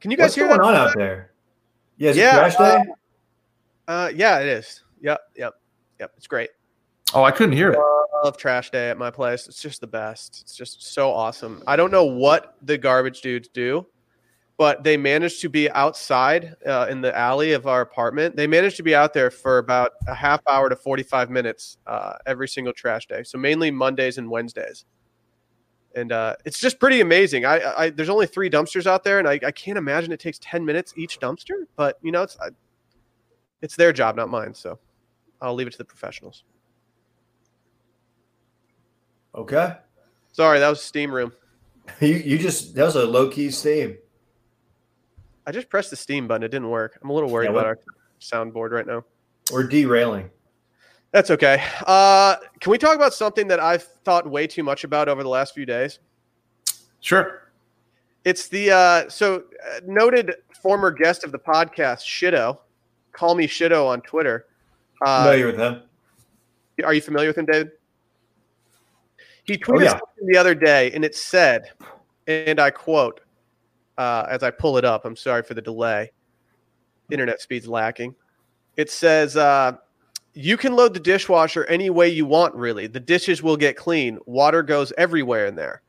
Can you guys What's hear going that? on out there? Yeah, is it Yeah, trash uh, day? Uh, yeah, it is. Yep, yep, yep. It's great. Oh, I couldn't hear it. I love trash day at my place. It's just the best. It's just so awesome. I don't know what the garbage dudes do, but they managed to be outside uh, in the alley of our apartment. They managed to be out there for about a half hour to 45 minutes uh, every single trash day. So mainly Mondays and Wednesdays. And uh, it's just pretty amazing. I, I, I there's only three dumpsters out there, and I, I can't imagine it takes 10 minutes each dumpster. But you know, it's I, it's their job, not mine. So I'll leave it to the professionals. Okay. Sorry, that was steam room. You you just that was a low key steam. I just pressed the Steam button. It didn't work. I'm a little worried Yeah, about what- our soundboard right now. We're derailing. That's okay. Uh, can we talk about something that I've thought way too much about over the last few days? Sure. It's the uh, so uh, noted former guest of the podcast, Shido. Call me Shido on Twitter. Uh, Familiar with him? Are you familiar with him, David? He tweeted yeah. something the other day, and it said, and I quote, uh, as I pull it up, I'm sorry for the delay. internet speed's lacking. It says uh, you can load the dishwasher any way you want. Really, the dishes will get clean. Water goes everywhere in there.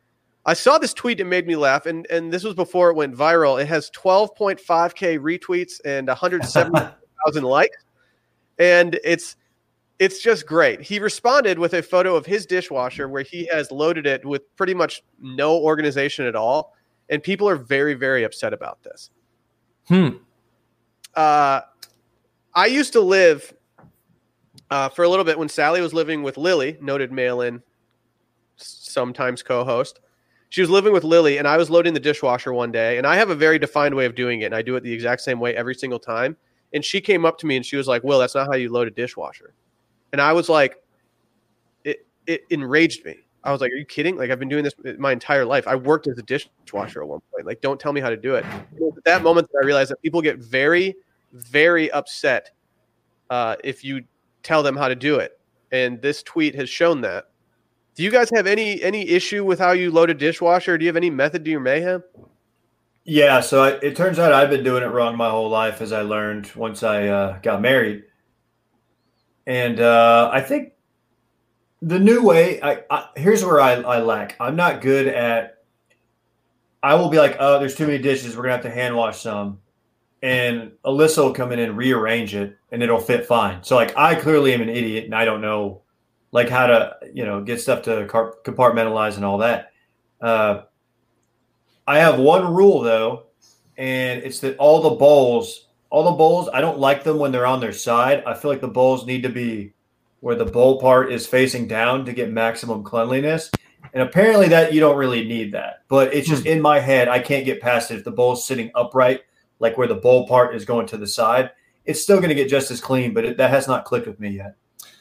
I saw this tweet that made me laugh, and, and this was before it went viral. It has 12.5k retweets and 170,000 likes, and it's it's just great. He responded with a photo of his dishwasher where he has loaded it with pretty much no organization at all, and people are very very upset about this. Hmm. Uh, I used to live uh, for a little bit when Sally was living with Lily, noted mail-in, sometimes co-host. She was living with Lily, and I was loading the dishwasher one day, and I have a very defined way of doing it, and I do it the exact same way every single time. And she came up to me and she was like, "Will, that's not how you load a dishwasher." And I was like, it it enraged me. I was like, "Are you kidding? Like I've been doing this uh, my entire life. I worked as a dishwasher at one point. Like, don't tell me how to do it." It was at that moment that I realized that people get very, very upset uh, if you tell them how to do it, and this tweet has shown that. Do you guys have any any issue with how you load a dishwasher? Do you have any method to your mayhem? Yeah, so I, it turns out I've been doing it wrong my whole life, as I learned once I uh, got married. And uh, I think the new way, I, I here's where I, I lack. I'm not good at. I will be like, oh, there's too many dishes. We're gonna have to hand wash some, and Alyssa will come in and rearrange it, and it'll fit fine. So like, I clearly am an idiot, and I don't know, like how to you know get stuff to car- compartmentalize and all that. Uh, I have one rule though, and it's that all the bowls, all the bowls, I don't like them when they're on their side. I feel like the bowls need to be where the bowl part is facing down to get maximum cleanliness. And apparently that you don't really need that. But it's just in my head, I can't get past it if the bowl's sitting upright, like where the bowl part is going to the side. It's still going to get just as clean, but it, that has not clicked with me yet.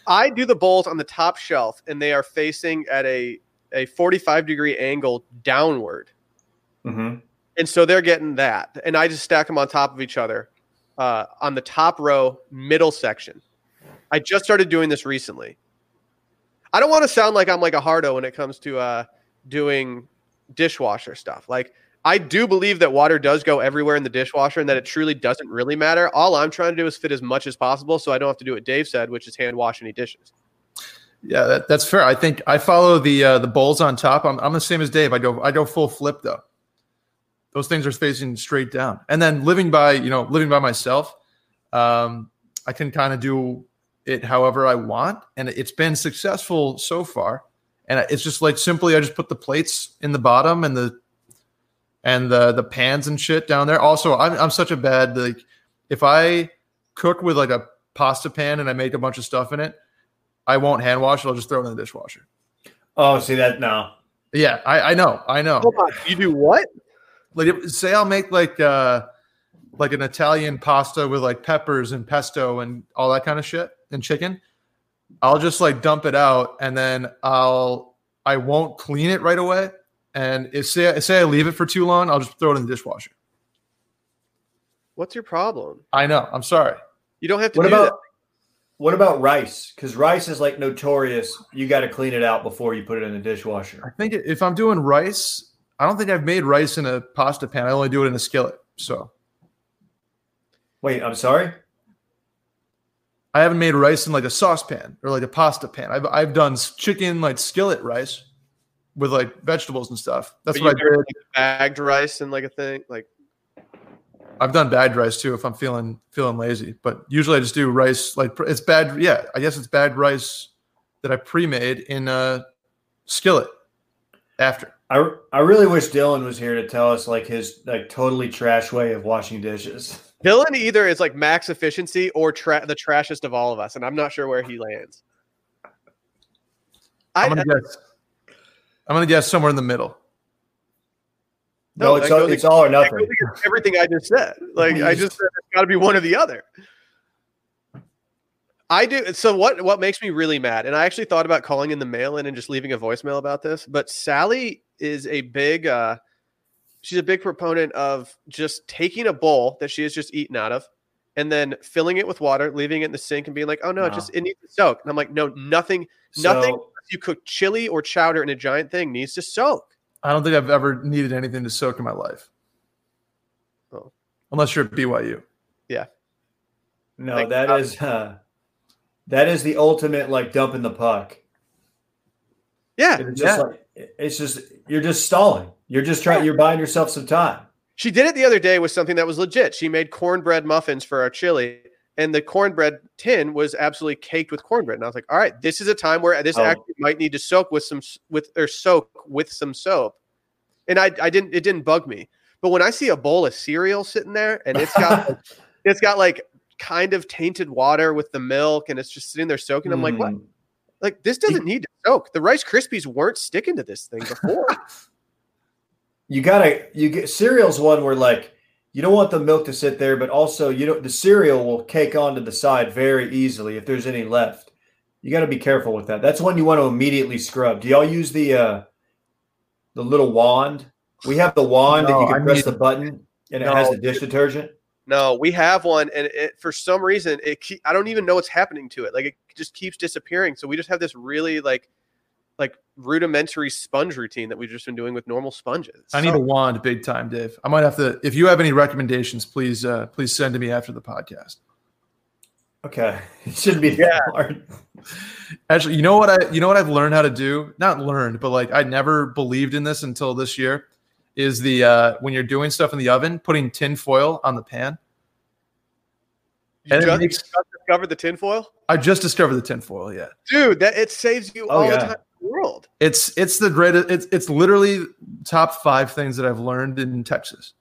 I do the bowls on the top shelf, and they are facing at a a 45 degree angle downward. Mm-hmm. And so they're getting that. And I just stack them on top of each other uh, on the top row, middle section. I just started doing this recently. I don't want to sound like I'm like a hardo when it comes to uh, doing dishwasher stuff. Like, I do believe that water does go everywhere in the dishwasher and that it truly doesn't really matter. All I'm trying to do is fit as much as possible so I don't have to do what Dave said, which is hand wash any dishes. Yeah, that, that's fair. I think I follow the uh, the bowls on top. I'm, I'm the same as Dave. I go I go full flip though. Those things are facing straight down. And then living by you know living by myself, um, I can kind of do it however I want, and it's been successful so far. And it's just like simply I just put the plates in the bottom and the and the the pans and shit down there. Also, I'm I'm such a bad like if I cook with like a pasta pan and I make a bunch of stuff in it, I won't hand wash it. I'll just throw it in the dishwasher. Oh, see that? No. Yeah, I, I know, I know. Hold on. You do what? Like, if, say I'll make like uh like an Italian pasta with like peppers and pesto and all that kind of shit and chicken. I'll just like dump it out and then I'll I won't clean it right away. And if say say I leave it for too long, I'll just throw it in the dishwasher. What's your problem? I know. I'm sorry. You don't have to What do about that. what about rice? Because rice is like notorious. You got to clean it out before you put it in the I dishwasher. think if I'm doing rice, I don't think I've made rice in a pasta pan. I only do it in a skillet. So Wait, I'm sorry. I haven't made rice in like a saucepan or like a pasta pan. I've I've done s- chicken like skillet rice with like vegetables and stuff. That's But what I you did. like, bagged rice and like a thing. Like I've done bad rice too if I'm feeling feeling lazy. But usually I just do rice like pr- it's bad. Yeah, I guess it's bad rice that I pre-made in a skillet after. I, I really wish Dylan was here to tell us like his like totally trash way of washing dishes. Dylan either is like max efficiency or tra- the trashest of all of us, and I'm not sure where he lands. I, I'm gonna guess. I'm gonna guess somewhere in the middle. No, No, it's that all, goes it's all or I nothing. think it's everything I just said. Like I just said, it's got to be one or the other. I do. So what? What makes me really mad? And I actually thought about calling in the mail in and just leaving a voicemail about this. But Sally is a big. Uh, she's a big proponent of just taking a bowl that she has just eaten out of, and then filling it with water, leaving it in the sink, and being like, "Oh no, it No. just it needs to soak." And I'm like, "No, nothing. Nothing. So If you cook chili or chowder in a giant thing needs to soak." I don't think I've ever needed anything to soak in my life. Oh. Unless you're at BYU. No, Like, that um, is uh, that is the ultimate like dumping the puck. Yeah, It's just Yeah. like it's just you're just stalling. You're just trying. You're buying yourself some time. she did it the other day with something that was legit. She made cornbread muffins for our chili, and the cornbread tin was absolutely caked with cornbread. And I was like, all right, this is a time where this Oh. actually might need to soak with some s- with or soak with some soap. And I I didn't it didn't bug me. But when I see a bowl of cereal sitting there and it's got like, it's got like kind of tainted water with the milk and it's just sitting there soaking, I'm like, what? Mm. Like this doesn't need to soak. The Rice Krispies weren't sticking to this thing before. You gotta. You get cereals one where like you don't want the milk to sit there, but also you don't. The cereal will cake onto the side very easily if there's any left. You got to be careful with that. That's one you want to immediately scrub. Do y'all use the uh the little wand? We have the wand that No, you can I press need- the button and No. it has the dish detergent. No, we have one, and it, for some reason, it ke- I don't even know what's happening to it. Like it just keeps disappearing. So we just have this really like, like rudimentary sponge routine that we've just been doing with normal sponges. I need a wand big time, Dave. I might have to. If you have any recommendations, please uh, please send to me after the podcast. Okay, it shouldn't be that hard. Actually, you know what I you know what I've learned how to do? Not learned, but like I never believed in this until this year. Is the uh, when you're doing stuff in the oven, putting tin foil on the pan? You and it just makes- discovered the tinfoil, I just discovered the tin foil. Yeah, dude. That it saves you Oh, all the yeah. time in the world. it's it's the greatest. It's it's literally top five things that I've learned in Texas.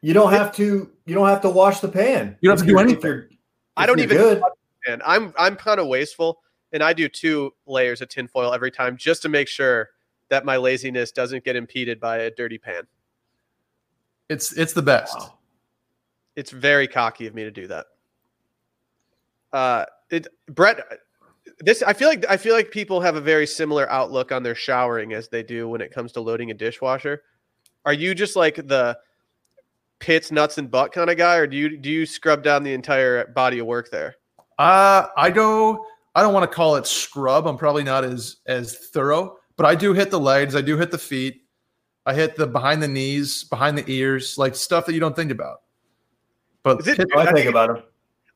You don't have to. You don't have to wash the pan. You don't If have to do you're- if anything. you're- I if don't you're even good. And I'm I'm kind of wasteful, and I do two layers of tinfoil every time just to make sure that my laziness doesn't get impeded by a dirty pan. It's it's the best. Wow. It's very cocky of me to do that. Uh, it Brett, this I feel like I feel like people have a very similar outlook on their showering as they do when it comes to loading a dishwasher. Are you just like the pits, nuts, and butt kind of guy, or do you do you scrub down the entire body of work there? Uh, I go. I don't want to call it scrub. I'm probably not as as thorough, but I do hit the legs. I do hit the feet. I hit the behind the knees, behind the ears, like stuff that you don't think about. But Is it- pit- Oh, I think about them.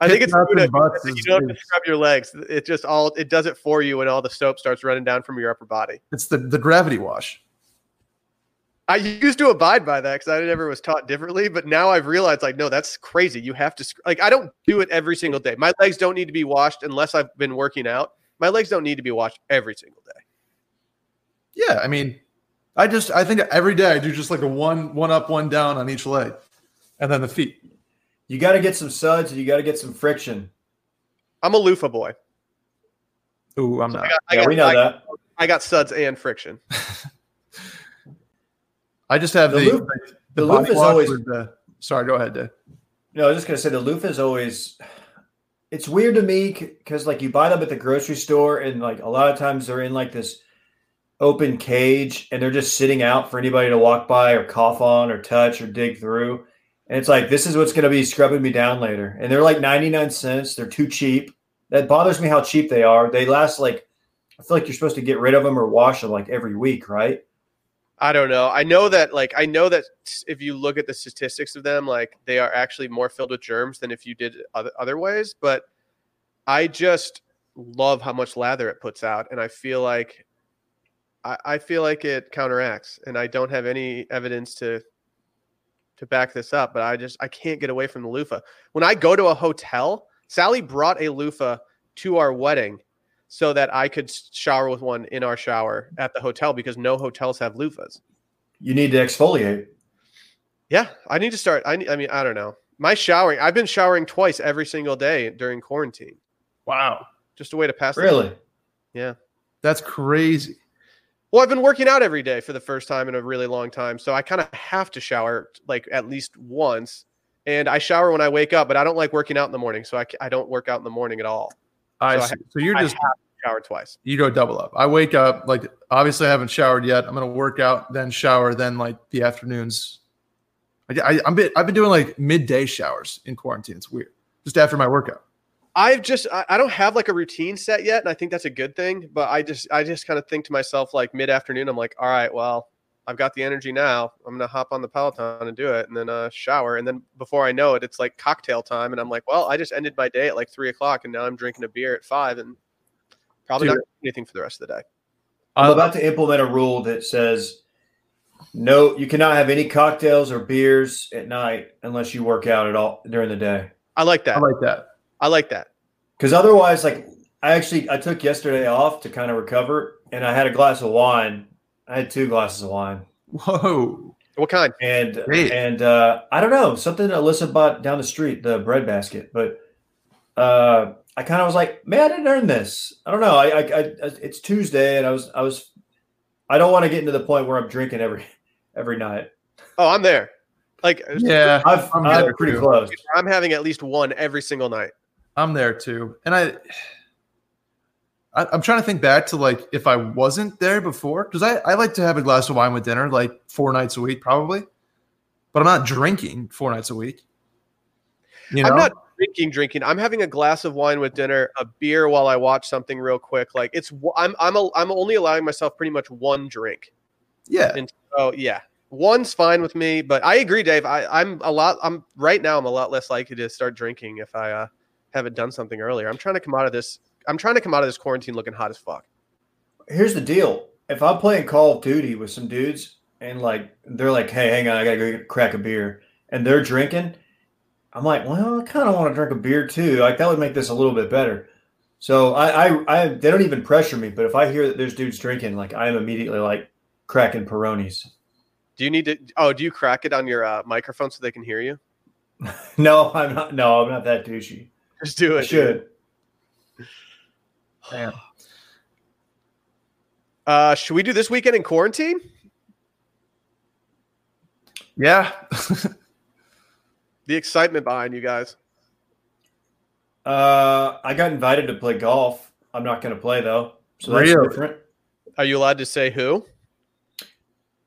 I think Pits, it's nuts, good and idea butts that you is- don't have is- to scrub your legs. It just all it does it for you, and all the soap starts running down from your upper body. it's the the gravity wash. I used to abide by that because I never was taught differently, but now I've realized like, no, that's crazy. You have to sc- like I don't do it every single day. My legs don't need to be washed unless I've been working out. My legs don't need to be washed every single day. Yeah, I mean, I just I think every day I do just like a one one up, one down on each leg, and then the feet. You got to get some suds and you got to get some friction. I'm a loofah boy. Ooh, I'm not. I got, I yeah, got, we know I, that. I got suds and friction. I just have The the loop- the loop body is wash always- with the- sorry, go ahead, Dave. No, I was just gonna say the loofah is always. It's weird to me because like you buy them at the grocery store and like a lot of times they're in like this open cage and they're just sitting out for anybody to walk by or cough on or touch or dig through. And it's like this is what's gonna be scrubbing me down later. And they're like ninety nine cents. They're too cheap. That bothers me how cheap they are. They last like I feel like you're supposed to get rid of them or wash them like every week, right? I don't know. I know that like I know that s- if you look at the statistics of them, like they are actually more filled with germs than if you did other other ways. But I just love how much lather it puts out, and I feel like I, I feel like it counteracts, and I don't have any evidence to to back this up. But I just I can't get away from the loofah. When I go to a hotel, Sally brought a loofah to our wedding so that I could s- shower with one in our shower at the hotel because no hotels have loofahs. You need to exfoliate. Yeah, I need to start. I, need, I mean, I don't know. My showering, I've been showering twice every single day during quarantine. Wow, Just a way to pass. the- Really? that's crazy. well, I've been working out every day for the first time in a really long time, so I kind of have to shower like at least once. And I shower when I wake up, but I don't like working out in the morning, so I, c- I don't work out in the morning at all. I So I see. so you're I just have to shower twice. you go double up. I wake up like obviously I haven't showered yet. I'm gonna work out, then shower, then like the afternoons. I, I, I'm been, I've been doing like midday showers in quarantine. It's weird. Just after my workout. I've just I, I don't have like a routine set yet, and I think that's a good thing. But I just I just kind of think to myself like mid afternoon, I'm like, all right, well, I've got the energy now. I'm gonna hop on the Peloton and do it, and then uh, shower, and then before I know it, it's like cocktail time, and I'm like, well, I just ended my day at like three o'clock, and now I'm drinking a beer at five, and probably Dude. not doing anything for the rest of the day. I'm about to implement a rule that says no, you cannot have any cocktails or beers at night unless you work out at all during the day. I like that. I like that. I like that. Because otherwise, like I actually I took yesterday off to kind of recover, and I had a glass of wine. I had two glasses of wine, Whoa. What kind? and Great. and uh, I don't know something Alyssa bought down the street, the bread basket. But uh, I kind of was like, man, I didn't earn this. I don't know. I, I, I it's Tuesday, and I was I was I don't want to get into the point where I'm drinking every every night. Oh, I'm there. Like Yeah, I've I'm I'm, there pretty too. close. I'm having at least one every single night. I'm there too. And I, I I'm trying to think back to like if I wasn't there before, because I, I like to have a glass of wine with dinner like four nights a week, probably. But I'm not drinking four nights a week. You know, I'm not drinking, drinking. I'm having a glass of wine with dinner, a beer while I watch something real quick. Like it's I'm I'm a, I'm only allowing myself pretty much one drink. yeah. Oh yeah, one's fine with me. But I agree, Dave. I, I'm a lot. I'm right now. I'm a lot less likely to start drinking if I uh, haven't done something earlier. I'm trying to come out of this. I'm trying to come out of this quarantine looking hot as fuck. Here's the deal: if I'm playing Call of Duty with some dudes, and like they're like, "Hey, hang on, I gotta go get- crack a beer," and they're drinking, I'm like, "Well, I kind of want to drink a beer too. Like that would make this a little bit better." So I, I, I, they don't even pressure me. But if I hear that there's dudes drinking, like I am immediately like cracking Peronis. Do you need to? Oh, do you crack it on your uh, microphone so they can hear you? No, I'm not. No, I'm not that douchey. Just do I it. should. Uh, should we do this weekend in quarantine? Yeah. The excitement behind you guys. Uh, I got invited to play golf. I'm not going to play though. So that's Really? different. Are you allowed to say who?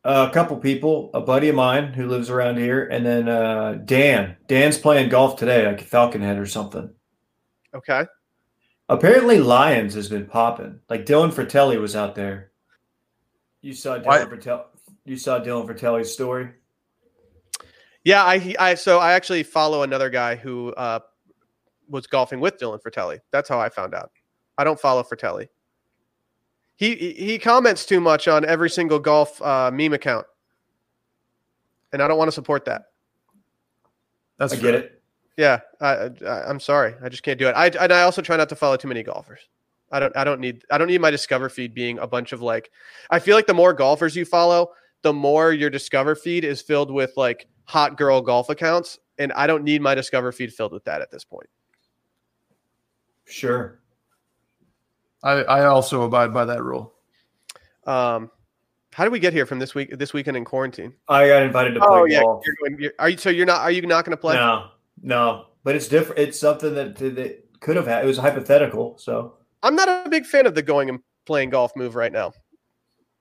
a couple people, a buddy of mine who lives around here, and then uh, Dan. Dan's playing golf today, like Falcon Head or something. Okay. Apparently, Lions has been popping. Like Dylan Fratelli was out there. You saw Why- Dylan Fratelli. You saw Dylan Fratelli's story. Yeah, I, he- I, so I actually follow another guy who uh, was golfing with Dylan Fratelli. That's how I found out. I don't follow Fratelli. He he- he comments too much on every single golf uh, meme account, and I don't want to support that. That's I get fair. it. Yeah, I, I I'm sorry, I just can't do it. I and I also try not to follow too many golfers. I don't I don't need I don't need my Discover feed being a bunch of like. I feel like the more golfers you follow, the more your Discover feed is filled with like hot girl golf accounts, and I don't need my Discover feed filled with that at this point. Sure. I, I also abide by that rule. Um, how did we get here from this week? This weekend in quarantine. I got invited to play golf. Oh, you're going, you're, are you so you're not are you not going to play? No, no, but it's different. It's something that that could have had. It was hypothetical. So I'm not a big fan of the going and playing golf move right now.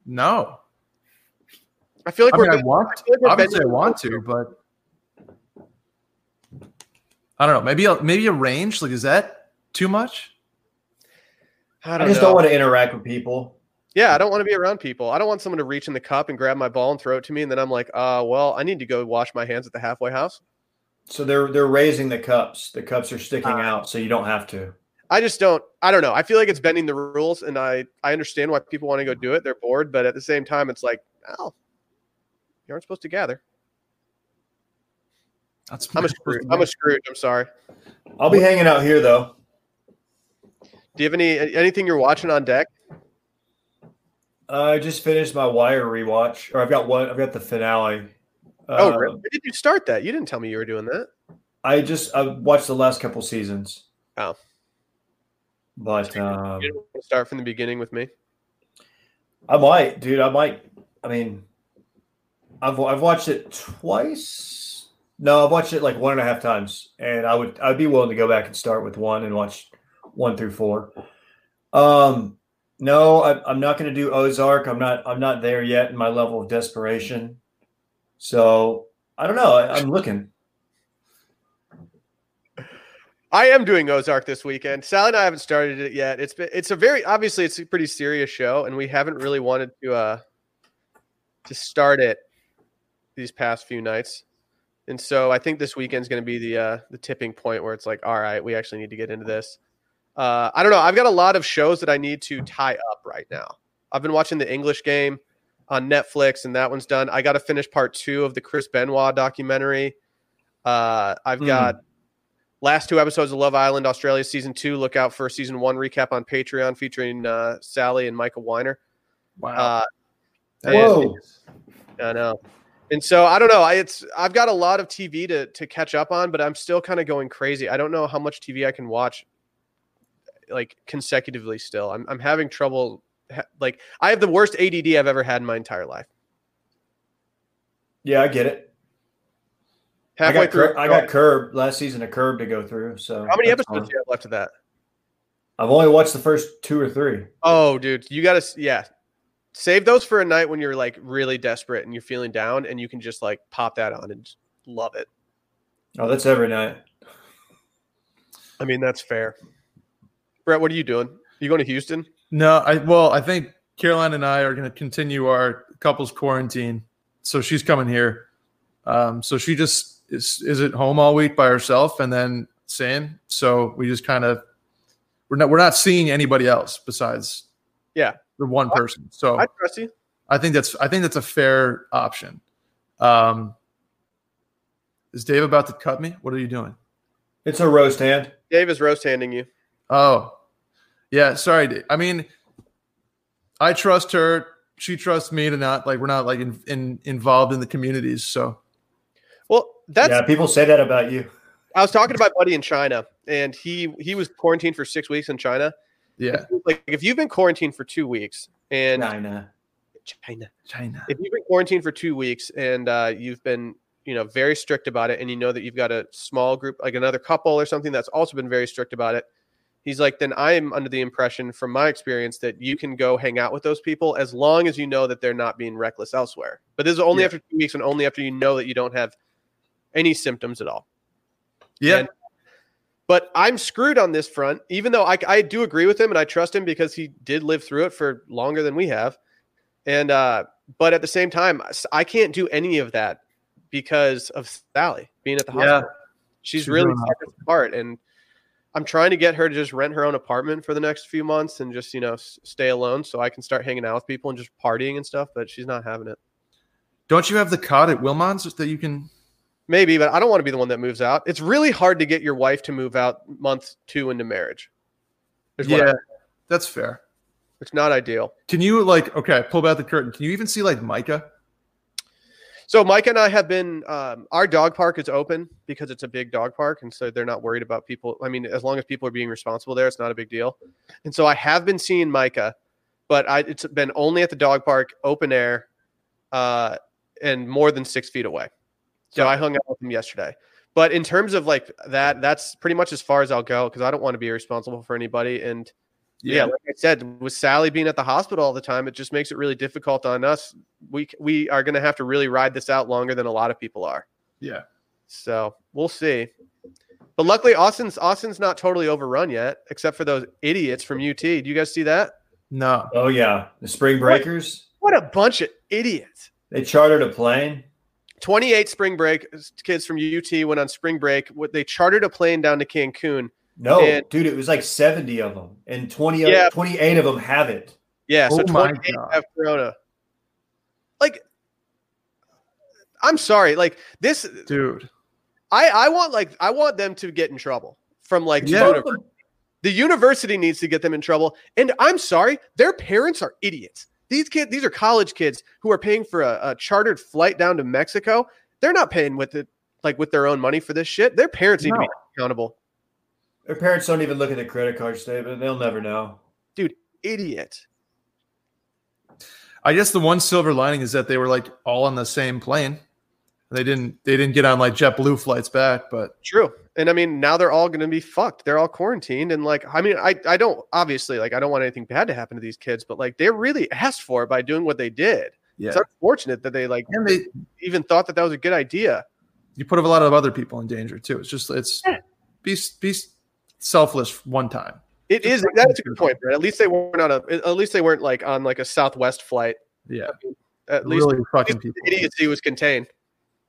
No. I feel like I we're mean, I big- want I feel like we're obviously I bending- want to, but I don't know. Maybe a, maybe a range like is that too much? I I, don't just know. don't want to interact with people. Yeah, I don't want to be around people. I don't want someone to reach in the cup and grab my ball and throw it to me, and then I'm like, uh, well, I need to go wash my hands at the halfway house. So they're they're raising the cups. The cups are sticking Ah. out, so you don't have to. I just don't. I don't know. I feel like it's bending the rules, and I I understand why people want to go do it. They're bored, but at the same time, it's like, oh, you aren't supposed to gather. That's I'm a Scrooge. I'm a Scrooge. I'm sorry. I'll be hanging out here though. Do you have any anything you're watching on deck? I just finished my Wire rewatch, or I've got one. I've got the finale. oh, Uh, really? When did you start that? You didn't tell me you were doing that. I just I watched the last couple seasons. Oh. but um, You didn't want to start from the beginning with me. I might, dude. I might. I mean, I've I've watched it twice. No, I've watched it like one and a half times, and I would I'd be willing to go back and start with one and watch one through four. Um, no, I, I'm not going to do Ozark. I'm not I'm not there yet in my level of desperation. So I don't know. I, I'm looking. I am doing Ozark this weekend. Sally and I haven't started it yet. It's been it's a very obviously it's a pretty serious show, and we haven't really wanted to uh to start it these past few nights. And so I think this weekend's going to be the uh, the tipping point where it's like, all right, we actually need to get into this. Uh, I don't know. I've got a lot of shows that I need to tie up right now. I've been watching the English game on Netflix, and that one's done. I got to finish part two of the Chris Benoit documentary. Uh, I've Hmm. got last two episodes of Love Island Australia season two. Look out for season one recap on Patreon featuring uh, Sally and Michael Weiner. Wow. Uh, That is Whoa. genius. I know. And so I don't know. I it's I've got a lot of TV to to catch up on, but I'm still kind of going crazy. I don't know how much TV I can watch like consecutively still. I'm I'm having trouble ha- like I have the worst ADD I've ever had in my entire life. Yeah, I get it. I Halfway got, through Oh, cur- I got curb last season, a curb to go through. So How many that's episodes fine. do you have left of that? I've only watched the first two or three. Oh, dude, you got to yeah. Save those for a night when you're like really desperate and you're feeling down and you can just like pop that on and just love it. Oh, that's every night. I mean, that's fair. Brett, what are you doing? You going to Houston? No, I well, I think Caroline and I are going to continue our couples quarantine. So she's coming here. Um, so she just is is at home all week by herself, and then Sam. So we just kind of we're not we're not seeing anybody else besides Yeah. the one person. Oh. So I trust you. I think that's I think that's a fair option. Um, is Dave about to cut me? What are you doing? It's a roast hand. Dave is roast handing you. Oh, yeah. Sorry. Dave. I mean, I trust her. She trusts me to not like we're not like in, in involved in the communities. So Well, that's yeah, people say that about you. I was talking to my buddy in China, and he he was quarantined for six weeks in China. yeah, Like if you've been quarantined for two weeks and China. China, China. if you've been quarantined for two weeks and uh, you've been you know very strict about it, and you know that you've got a small group like another couple or something that's also been very strict about it. He's like, then I am under the impression from my experience that you can go hang out with those people as long as you know that they're not being reckless elsewhere. But this is only Yeah. after two weeks and only after you know that you don't have any symptoms at all. Yeah, And- But I'm screwed on this front, even though I, I do agree with him and I trust him because he did live through it for longer than we have. And, uh, but at the same time, s- I can't do any of that because of Sally being at the Yeah. hospital. She's, She's really doing set us apart. And I'm trying to get her to just rent her own apartment for the next few months and just, you know, s- stay alone so I can start hanging out with people and just partying and stuff. But she's not having it. don't you have the cot at Wilmons that you can? Maybe, but I don't want to be the one that moves out. It's really hard to get your wife to move out month two into marriage. is what I- yeah, that's fair. It's not ideal. Can you like okay pull back the curtain? Can you even see like Micah? So Mike and I have been. Um, our dog park is open because it's a big dog park, and so they're not worried about people. I mean, as long as people are being responsible there, it's not a big deal. And so I have been seeing Micah, but I, it's been only at the dog park, open air, uh, and more than six feet away. So I hung out with him yesterday. But in terms of like that, that's pretty much as far as I'll go because I don't want to be responsible for anybody. And yeah. like i said with sally being at the hospital all the time it just makes it really difficult on us we we are going to have to really ride this out longer than a lot of people are Yeah. so we'll see but luckily austin's austin's not totally overrun yet except for those idiots from ut do you guys see that No. Oh yeah, the spring breakers. what a bunch of idiots They chartered a plane. 28 spring break kids from ut went on spring break What- they chartered a plane down to cancun No, And- dude, it was like 70 of them, and 20 of- Yeah. 28 of them have it. Yeah, so Oh my 28 God. have corona. Like, I'm sorry. Like this, dude. I I want like I want them to get in trouble from like the Yeah. uni- the university needs to get them in trouble. And I'm sorry, their parents are idiots. These kids, these are college kids who are paying for a, a chartered flight down to Mexico. They're not paying with it like with their own money for this shit. Their parents need to be accountable. Their parents don't even look at the credit card statement. They'll never know. Idiot. I guess the one silver lining is that they were like all on the same plane. They didn't they didn't get on like JetBlue flights back, but True. And I mean, now they're all going to be fucked. They're all quarantined. And like, I mean, I, I don't obviously like, I don't want anything bad to happen to these kids, but like, they're really asked for it by doing what they did. yeah. It's unfortunate that they like and they even thought that that was a good idea. you put a lot of other people in danger too. It's just it's be be selfless one time. It is, that's a good point, Brett. At least they weren't on a, at least they weren't like on like a Southwest flight. Yeah, At least, really at fucking least people. the idiocy was contained.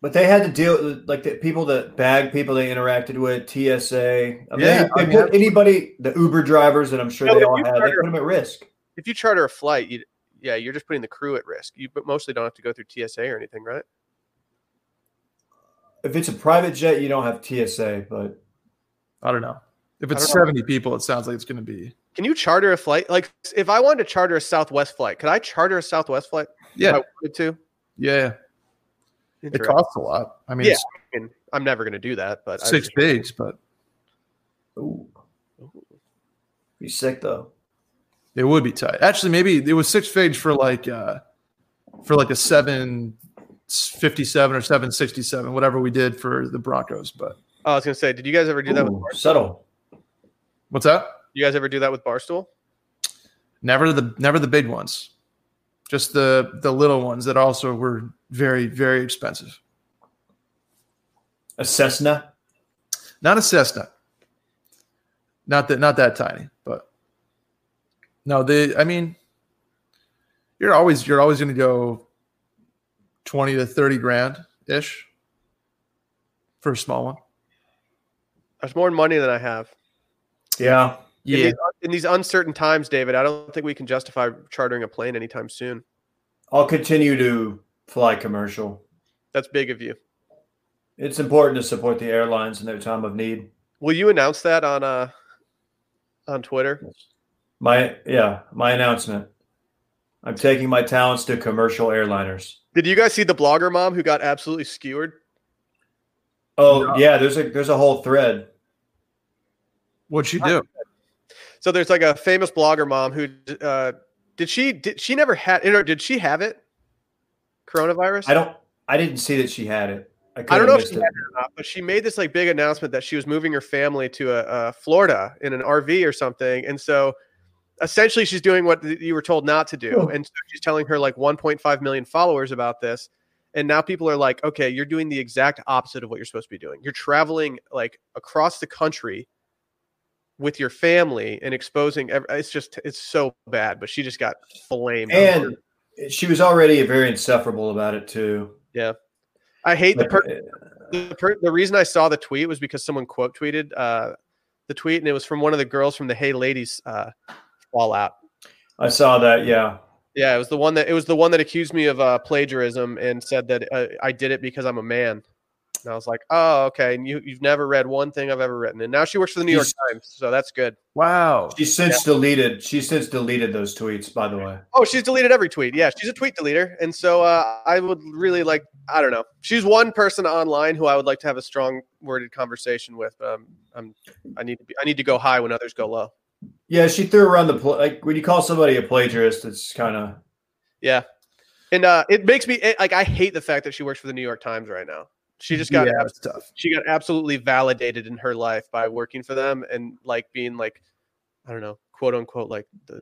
But they had to deal like the people that bag people they interacted with, TSA. I mean, Yeah, they, they I mean, put anybody, the Uber drivers that I'm sure No, they if all you had, they charter- put them at risk. If you charter a flight, you yeah, you're just putting the crew at risk. You but mostly don't have to go through TSA or anything, right? If it's a private jet, you don't have TSA, but I don't know. If I it's don't know. 70 people, it sounds like it's going to be. Can you charter a flight? Like if I wanted to charter a Southwest flight, could I charter a Southwest flight? If Yeah. I wanted to. Yeah. It Interesting. costs a lot. I mean, Yeah, it's I mean, I'm never going to do that, but I six just- days, but ooh, be sick though. it would be tight. Actually, maybe it was six figs for like, uh, for like a 757 or 767, whatever we did for the Broncos. But Oh, I was going to say, did you guys ever do that? With, Ooh, subtle. what's that? you guys ever do that with Barstool? Never the, never the big ones, just the, the little ones that also were very, very expensive. A Cessna. not a Cessna. Not that not that tiny, but no, they I mean you're always you're always gonna go twenty to thirty grand ish for a small one. There's more money than I have. Yeah. In these, in these uncertain times, David, I don't think we can justify chartering a plane anytime soon. I'll continue to fly commercial. That's big of you. It's important to support the airlines in their time of need. Will you announce that on uh on Twitter? My yeah, my announcement. I'm taking my talents to commercial airliners. Did you guys see the blogger mom who got absolutely skewered? Oh No. yeah, there's a there's a whole thread. What'd you do? So there's like a famous blogger mom who uh did she did she never had or did she have it? Coronavirus? I don't I didn't see that she had it. I, I could've don't know if missed she it. had it or not, Uh, but she made this like big announcement that she was moving her family to uh, uh, Florida in an RV or something, and so essentially she's doing what th- you were told not to do, Hmm. and so she's telling her like 1.5 million followers about this, and now people are like, okay, you're doing the exact opposite of what you're supposed to be doing. You're traveling like across the country with your family and exposing. ev- It's just it's so bad, but she just got flamed. and she was already very insufferable about it too. I hate the Like, person. uh, the, per- the reason I saw the tweet was because someone quote tweeted uh, the tweet, and it was from one of the girls from the Hey Ladies uh, fallout. I saw that, yeah. Yeah, it was the one that it was the one that accused me of uh, plagiarism and said that uh, I did it because I'm a man. And I was like, oh, okay. And you, you've never read one thing I've ever written. And now she works for the New York She's- Times, so that's good. Wow. She's since deleted she's since deleted those tweets, by the way. Oh, she's deleted every tweet. Yeah, she's a tweet deleter. And so uh, I would really like, I don't know. She's one person online who I would like to have a strong worded conversation with. Um, I'm, I need to be, I need to go high when others go low. Yeah, she threw around the pla- like when you call somebody a plagiarist, it's kinda And uh, it makes me it, like I hate the fact that she works for the New York Times right now. She just got yeah, abs- it's tough. she got absolutely validated in her life by working for them and like being like I don't know, quote unquote, like the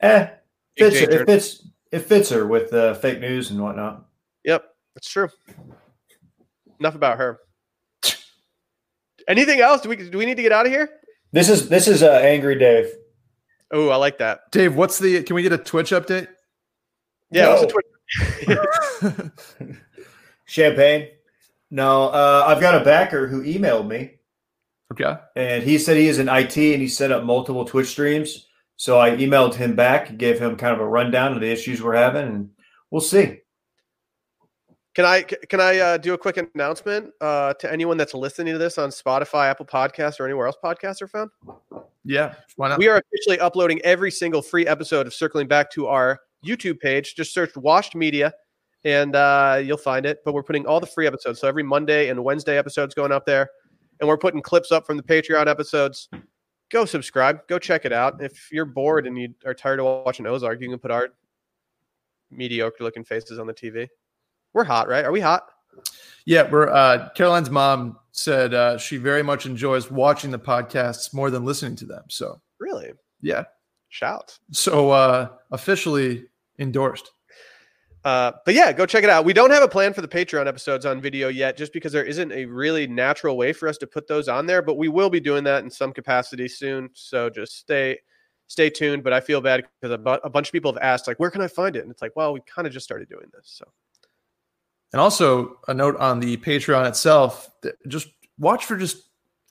eh, Big fits her, J it fits it fits her with uh, fake news and whatnot. Yep, that's true. Enough about her. Anything else? Do we do we need to get out of here? This is this is uh, angry Dave. Oh, I like that. Dave, what's the can we get a Twitch update? Yeah, what's the No. Twitter- Champagne. No, uh, I've got a backer who emailed me, okay. and he said he is in IT and he set up multiple Twitch streams. So I emailed him back, and gave him kind of a rundown of the issues we're having, and we'll see. Can I can I uh, do a quick announcement uh, to anyone that's listening to this on Spotify, Apple Podcasts, or anywhere else podcasts are found? Yeah. Why not? We are officially uploading every single free episode of Circling Back to our YouTube page. Just search Washed Media and uh, you'll find it. But we're putting all the free episodes. So every Monday and Wednesday episodes going up there. And we're putting clips up from the Patreon episodes. Go subscribe. Go check it out. If you're bored and you are tired of watching Ozark, you can put our mediocre looking faces on the TV. We're hot, right? Are we hot? Yeah, we're uh, Caroline's mom said uh, she very much enjoys watching the podcasts more than listening to them. So Really? yeah, Shout. so uh, officially endorsed. Uh, but yeah, go check it out. We don't have a plan for the Patreon episodes on video yet, just because there isn't a really natural way for us to put those on there. But we will be doing that in some capacity soon. So just stay stay tuned. But I feel bad because a, bu- a bunch of people have asked, like, where can I find it? And it's like, well, we kind of just started doing this. So And also a note on the Patreon itself, th- just watch for just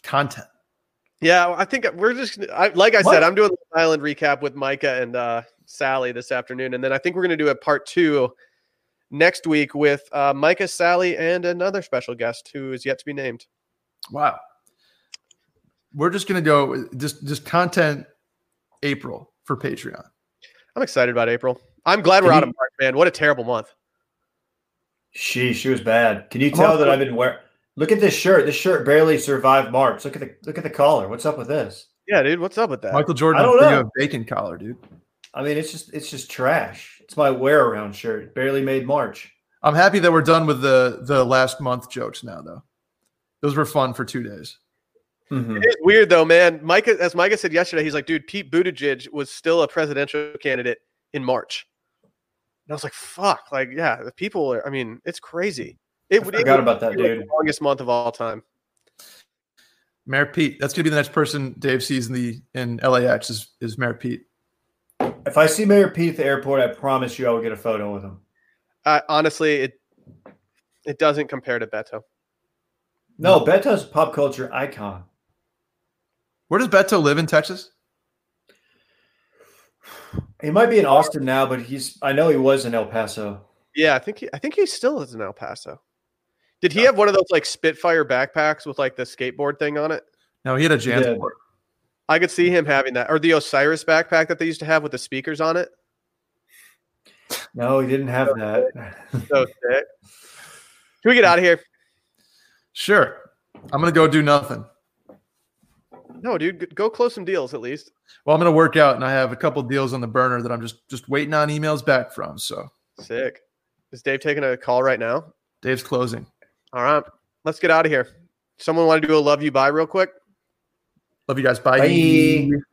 content. yeah, I think we're just I, like I What? said, I'm doing the island recap with Micah and uh, Sally this afternoon, and then I think we're gonna do a part two next week with uh, Micah, Sally, and another special guest who is yet to be named. Wow. We're just gonna go just just content April for Patreon. I'm excited about April. I'm glad we're Can out you- of March, man. What a terrible month. She she was bad. Can you tell that I've been wearing? Look at this shirt. This shirt barely survived March. Look at the look at the collar. What's up with this? Yeah, dude, what's up with that? Michael Jordan I don't video know. of bacon collar, dude. I mean, it's just it's just trash. It's my wear around shirt. It barely made March. I'm happy that we're done with the the last month jokes now, though. Those were fun for two days. It's weird though, man. Micah, as Micah said yesterday, he's like, dude, Pete Buttigieg was still a presidential candidate in March. And I was like, fuck, like, yeah, the people are. I mean, it's crazy. It I would forgot it would about that, be, like, dude. the longest month of all time. Mayor Pete. That's gonna be the next person Dave sees in the in LAX is is Mayor Pete. If I see Mayor Pete at the airport, I promise you I will get a photo with him. I, honestly, it it doesn't compare to Beto. No, Beto's a pop culture icon. Where does Beto live in Texas? He might be in Austin now, but he's I know he was in El Paso. Yeah, I think he, I think he still is in El Paso. Did he have one of those like Spitfire backpacks with like the skateboard thing on it? No, he had a jam. Yeah. I could see him having that, or the Osiris backpack that they used to have with the speakers on it. No, he didn't have that. So sick. Can we get out of here? Sure. I'm gonna go do nothing. No, dude, g- go close some deals at least. Well, I'm gonna work out, and I have a couple deals on the burner that I'm just just waiting on emails back from. So Sick. Is Dave taking a call right now? Dave's closing. All right, let's get out of here. Someone want to do a love you bye real quick? Love you guys. Bye. Bye.